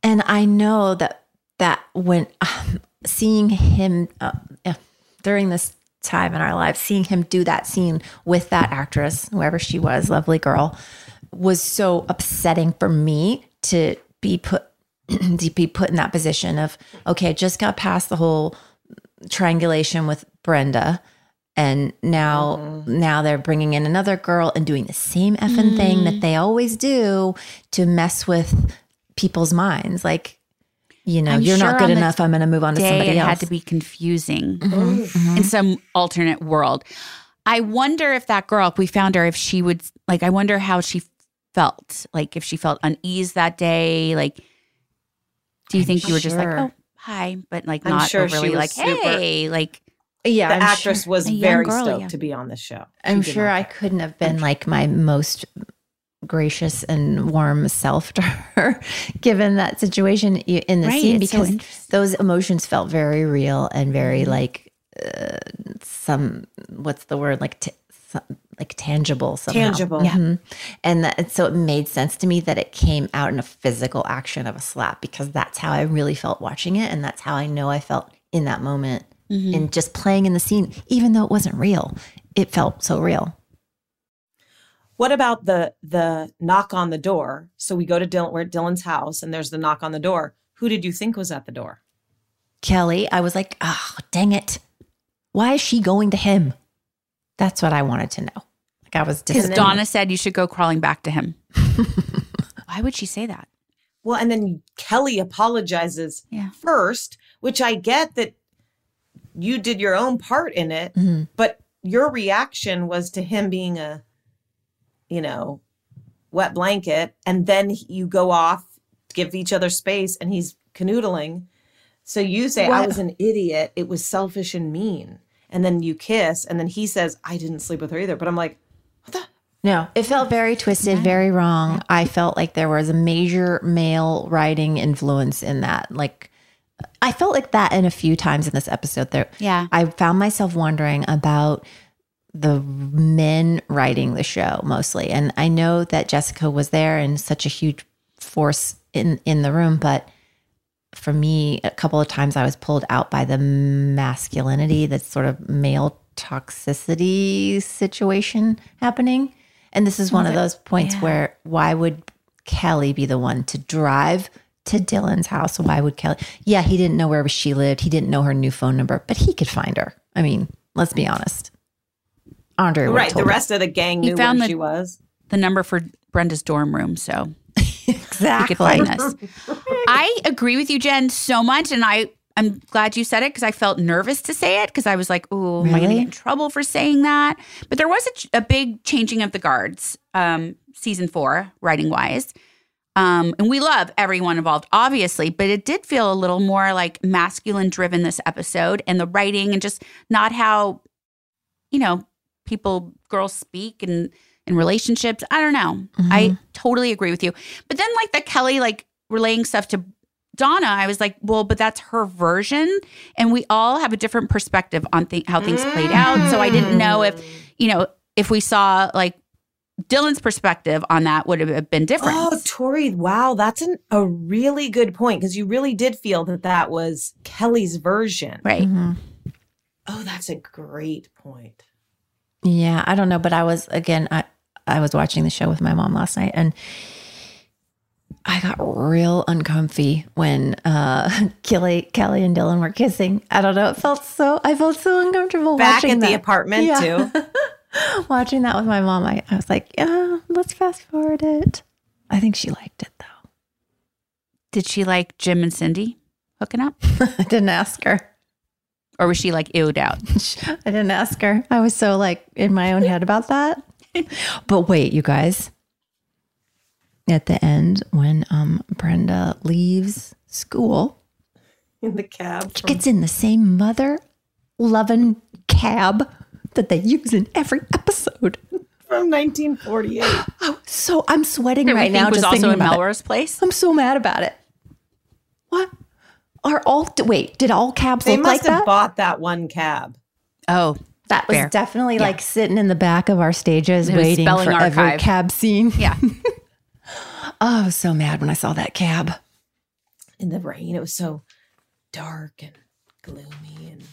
S2: And I know that that when um, seeing him uh, yeah, during this time in our lives, seeing him do that scene with that actress, whoever she was, lovely girl, was so upsetting for me to be put to be put in that position of okay, I just got past the whole triangulation with Brenda. And now,
S7: Oh.
S2: now they're bringing in another girl and doing the same effing thing
S7: Mm.
S2: that they always do to mess with people's minds. Like, you know,
S7: I'm
S2: you're
S7: sure
S2: not good
S7: on the
S2: enough. I'm going to move on to
S7: Day,
S2: somebody
S7: it
S2: else. Mm-hmm.
S7: had to be confusing in some alternate world. I wonder if that girl, if we found her, if she would, like, I wonder how she felt. Like, if she felt unease that day. Like, do you think you were just like,
S2: sure.
S7: oh, hi, but like,
S9: I'm
S7: not
S9: sure she
S7: overly
S9: was
S7: like,
S9: super-
S7: hey, like,
S2: yeah,
S9: the
S2: I'm
S9: actress
S2: Sure,
S9: was
S7: A young
S9: very
S7: girl,
S9: stoked
S7: yeah.
S9: to be on this show.
S2: I'm
S9: She did
S2: sure
S9: not
S2: I
S9: care.
S2: couldn't have been like my most gracious and warm self to her, given that situation i- in the
S7: Right,
S2: scene,
S7: it's so
S2: because
S7: interesting.
S2: those emotions felt very real and
S1: Mm-hmm.
S2: very like uh, some what's the word like. T- some- like tangible somehow.
S9: Tangible. Yeah.
S2: Mhm. and that, and so it made sense to me that it came out in a physical action of a slap because that's how i really felt watching it and that's how i know i felt in that moment and just playing in the scene even though it wasn't real it felt so real
S9: What about the the knock on the door? So we go to Dylan, we're at Dylan's house, and there's the knock on the door. who did you think was at the door?
S2: Kelly, I was like, oh, dang it. Why is she going to him? That's what I wanted to know. Like I was
S7: Because
S2: disappointed.
S7: Donna said you should go crawling back to him. Why would she say that?
S9: Well, and then Kelly apologizes
S7: Yeah.
S9: first, which I get that you did your own part in it, but your reaction was to him being a, you know, wet blanket. And then he- you go off, give each other space, and he's canoodling. So you say, I
S2: What-
S9: was an idiot. It was selfish and mean. And then you kiss, and then he says, I didn't sleep with her either. But I'm like,
S2: No, it felt very twisted, very wrong. I felt like there was a major male writing influence in that. Like, I felt like that in a few times in this episode. There,
S7: Yeah.
S2: I found myself wondering about the men writing the show mostly, and I know that Jessica was there and such a huge force in in the room, but for me, a couple of times I was pulled out by the masculinity, that sort of male toxicity situation happening. And this is one of
S7: Okay.
S2: those points
S7: Yeah.
S2: where why would Kelly be the one to drive to Dylan's house? Why would Kelly? Yeah, he didn't know where she lived. He didn't know her new phone number, but he could find her. I mean, let's be honest. Andre, would've
S9: right. The
S2: told
S9: rest of the gang
S7: He
S9: knew
S7: found
S9: where
S7: the-
S9: she was.
S7: The number for Brenda's dorm room, so
S2: exactly.
S7: you could find us. I agree with you, Jen, so much, and I I'm glad you said it because I felt nervous to say it because I was like, "Oh, am I going to
S2: Really?
S7: get in trouble for saying that?" But there was a, ch- a big changing of the guards, um, season four, writing wise, um, and we love everyone involved, obviously, but it did feel a little more like masculine driven this episode, and the writing, and just not how you know people girls speak and in relationships. I don't know. I totally agree with you. But then like the Kelly like relaying stuff to Donna, I was like, well, but that's her version, and we all have a different perspective on th- how things played out. So I didn't know if you know if we saw like Dylan's perspective on that would have been different.
S9: Oh, Tori, wow, that's an, a really good point because you really did feel that that was Kelly's version.
S7: Right.
S9: Mm-hmm. Oh, that's a great point.
S2: Yeah, I don't know, but I was again I I was watching the show with my mom last night and I got real uncomfy when uh Kelly Kelly and Dylan were kissing. I don't know, it felt so I felt so uncomfortable
S9: Back
S2: watching
S9: at the
S2: that.
S9: apartment,
S2: Yeah.
S9: too.
S2: watching that with my mom. I, I was like, yeah, let's fast forward it. I think she liked it though.
S7: Did she like Jim and Cindy hooking up,
S2: I didn't ask her.
S7: or was she like ewed out?
S2: I didn't ask her. I was so like in my own head about that. But wait, you guys. At the end, when um Brenda leaves school,
S9: In the cab.
S2: she gets in the same mother loving cab that they use in every episode.
S9: From 1948.
S2: So I'm sweating
S7: That we
S2: right
S7: think
S2: now.
S7: was
S2: just
S7: also
S2: thinking
S7: in
S2: about it.
S7: Melrose Place.
S2: I'm so mad about it. What are all? Wait, did all cabs
S9: They
S2: look
S9: must
S2: like
S9: have
S2: that?
S9: bought that one cab.
S7: Oh,
S2: That was
S7: Fair.
S2: definitely like sitting in the back of our stages
S7: It was
S2: waiting
S7: spelling
S2: for every
S7: archive.
S2: cab scene.
S7: Yeah.
S2: oh, I was so mad when I saw that cab.
S9: In the rain, it was so dark and gloomy. And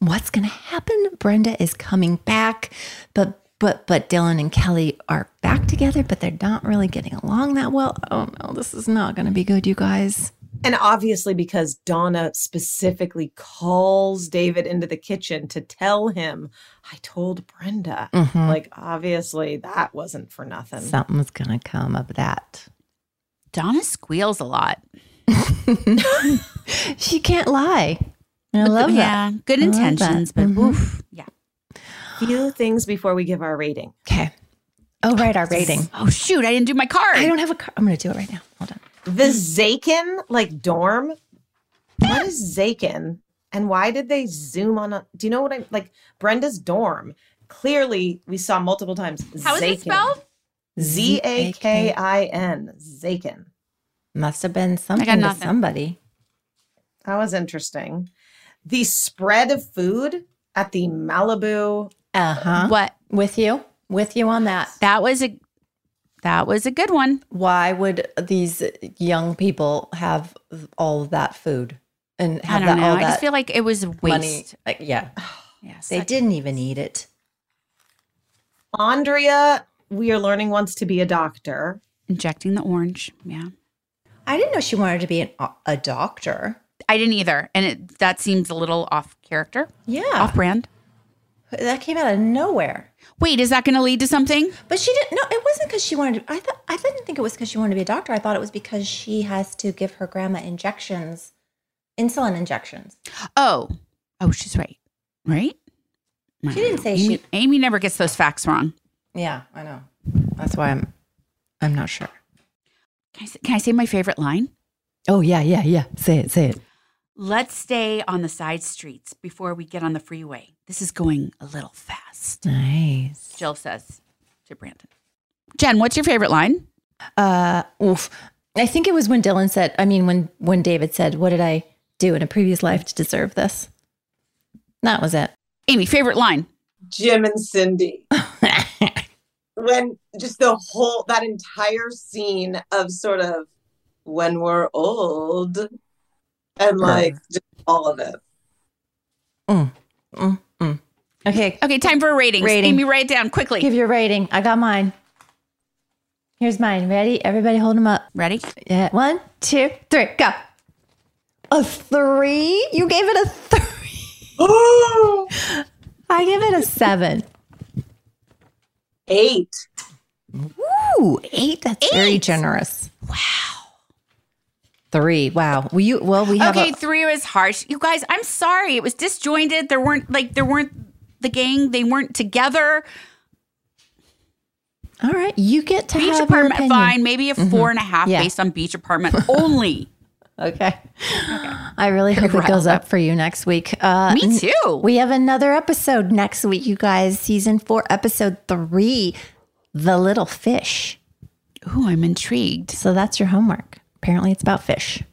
S2: What's going to happen? Brenda is coming back, but but but Dylan and Kelly are back together, but they're not really getting along that well. Oh no, this is not going to be good, you guys.
S9: and obviously, because Donna specifically calls David into the kitchen to tell him, I told Brenda.
S2: Mhm.
S9: Like, obviously, that wasn't for nothing.
S2: Something's going to come of that.
S7: Donna squeals a lot.
S2: She can't lie. I love that.
S7: yeah, good
S2: I love that.
S7: intentions, but
S2: Mhm.
S7: oof. yeah.
S9: few things before we give our rating.
S2: Okay. Oh, right, our rating.
S7: Oh shoot, I didn't do my card.
S2: I don't have a car. I'm going to do it right now. Hold on.
S9: The Zakin, like dorm. What is Zakin? And why did they zoom on? A, do you know what I'm like? Brenda's dorm. Clearly, we saw multiple times.
S7: How is it spelled?
S9: Z A K I N. Zakin.
S2: Must have been something to
S7: nothing.
S2: somebody.
S9: That was interesting. The spread of food at the Malibu.
S2: Uh huh.
S7: What?
S2: With you, with you on that.
S7: That was a that was a good one.
S2: Why would these young people have all of that food and
S7: I
S2: have
S7: don't
S2: that,
S7: know.
S2: all
S7: I just
S2: that
S7: feel like it was
S2: money?
S7: waste.
S2: Like, yeah,
S7: Yes,
S2: they
S7: I-
S2: didn't even eat it.
S9: Andrea, we are learning, wants to be a doctor.
S7: injecting the orange. Yeah,
S2: I didn't know she wanted to be an, a doctor.
S7: I didn't either, and it, that seems a little off character.
S2: Yeah,
S7: off brand.
S2: That came out of nowhere.
S7: Wait, is that going to lead to something?
S2: But she didn't. No, it wasn't because she wanted. To, I thought I didn't think it was because she wanted to be a doctor. I thought it was because she has to give her grandma injections, insulin injections.
S7: Oh, oh, she's right, right?
S2: She didn't say
S7: Amy,
S2: she-
S7: Amy never gets those facts wrong.
S2: Yeah, I know. That's why I'm. I'm not sure.
S7: Can I, say, can I say my favorite line?
S17: Oh yeah, yeah, yeah. Say it, say it.
S7: Let's stay on the side streets before we get on the freeway. This is going a little fast.
S2: Nice.
S7: Jill says to Brandon. Jen, what's your favorite line?
S2: Uh, oof. I think it was when Dylan said. I mean, when when David said, "What did I do in a previous life to deserve this?" That was it.
S7: Amy, favorite line.
S18: Jim and Cindy. when just the whole that entire scene of sort of when we're old and like just all of it.
S2: Okay.
S7: Okay, time for a rating.
S2: Rating.
S7: Amy, write it down quickly.
S2: Give your rating. I got mine. Here's mine. Ready? Everybody hold them up.
S7: Ready?
S2: Yeah. One, two, three, go. A three? You gave it a three. I give it a seven.
S18: Eight.
S2: Ooh, eight. That's very generous. Wow. Three. Wow. Well, you well we have
S7: okay,
S2: a,
S7: three was harsh. You guys, I'm sorry. It was disjointed. There weren't like there weren't the gang. They weren't together.
S2: all right. You get to
S7: Beach
S2: have an
S7: apartment,
S2: opinion. Mm-hmm.
S7: fine. Maybe a four and a half
S2: Yeah.
S7: based on beach apartment only.
S2: Okay. I really hope it goes up for you next week. Uh,
S7: Me
S2: n-
S7: too.
S2: We have another episode next week, you guys. Season four, episode three, The Little Fish.
S7: Ooh, I'm intrigued.
S2: So that's your homework. Apparently, it's about fish.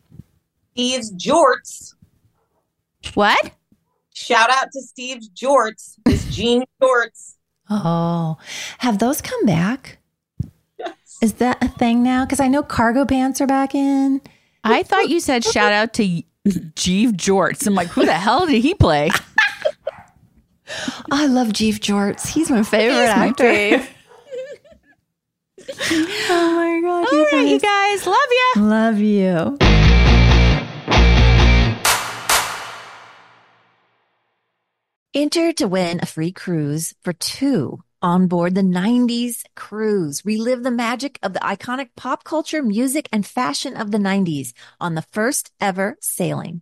S18: Steve's jorts.
S7: What?
S18: Shout out to Steve's jorts. His jean jorts.
S2: Oh, have those come back? Is that a thing now? Because I know cargo pants are back in.
S7: I thought you said shout out to Jeeve Jorts. I'm like, who the hell did he play?
S2: I love Jeeve Jorts. He's my favorite
S7: He's my
S2: actor.
S7: fave.
S2: oh my god!
S7: All right, you guys, love ya.
S2: Love you.
S13: Enter to win a free cruise for two on board the 90s cruise. Relive the magic of the iconic pop culture, music, and fashion of the 90s on the first ever sailing.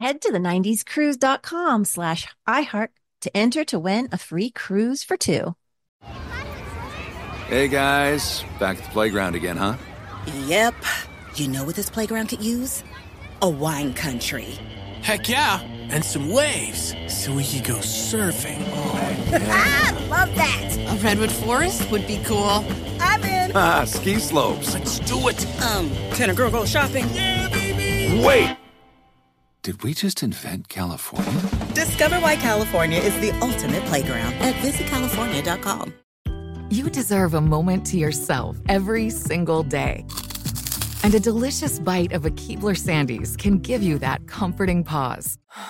S13: Head to the 90scruise.com slash iHeart to enter to win a free cruise for two.
S19: Hey guys, back at the playground again, huh?
S5: Yep. You know what this playground could use? A wine country.
S20: Heck yeah! And some waves so we could go surfing.
S5: Ah, love that. A redwood forest would be cool. I'm in.
S19: Ah, ski slopes.
S20: Let's do it.
S5: Um, can a girl go shopping? Yeah, baby.
S19: Wait! Did we just invent California?
S5: Discover why California is the ultimate playground at visitcalifornia.com.
S21: You deserve a moment to yourself every single day. And a delicious bite of a Keebler Sandies can give you that comforting pause.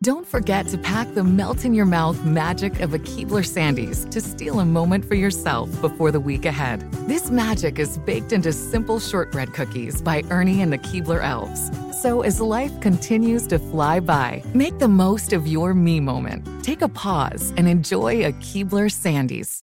S21: Don't forget to pack the melt in your mouth magic of a Keebler Sandies to steal a moment for yourself before the week ahead. This magic is baked into simple shortbread cookies by Ernie and the Keebler Elves. So as life continues to fly by, make the most of your me moment. Take a pause and enjoy a Keebler Sandies.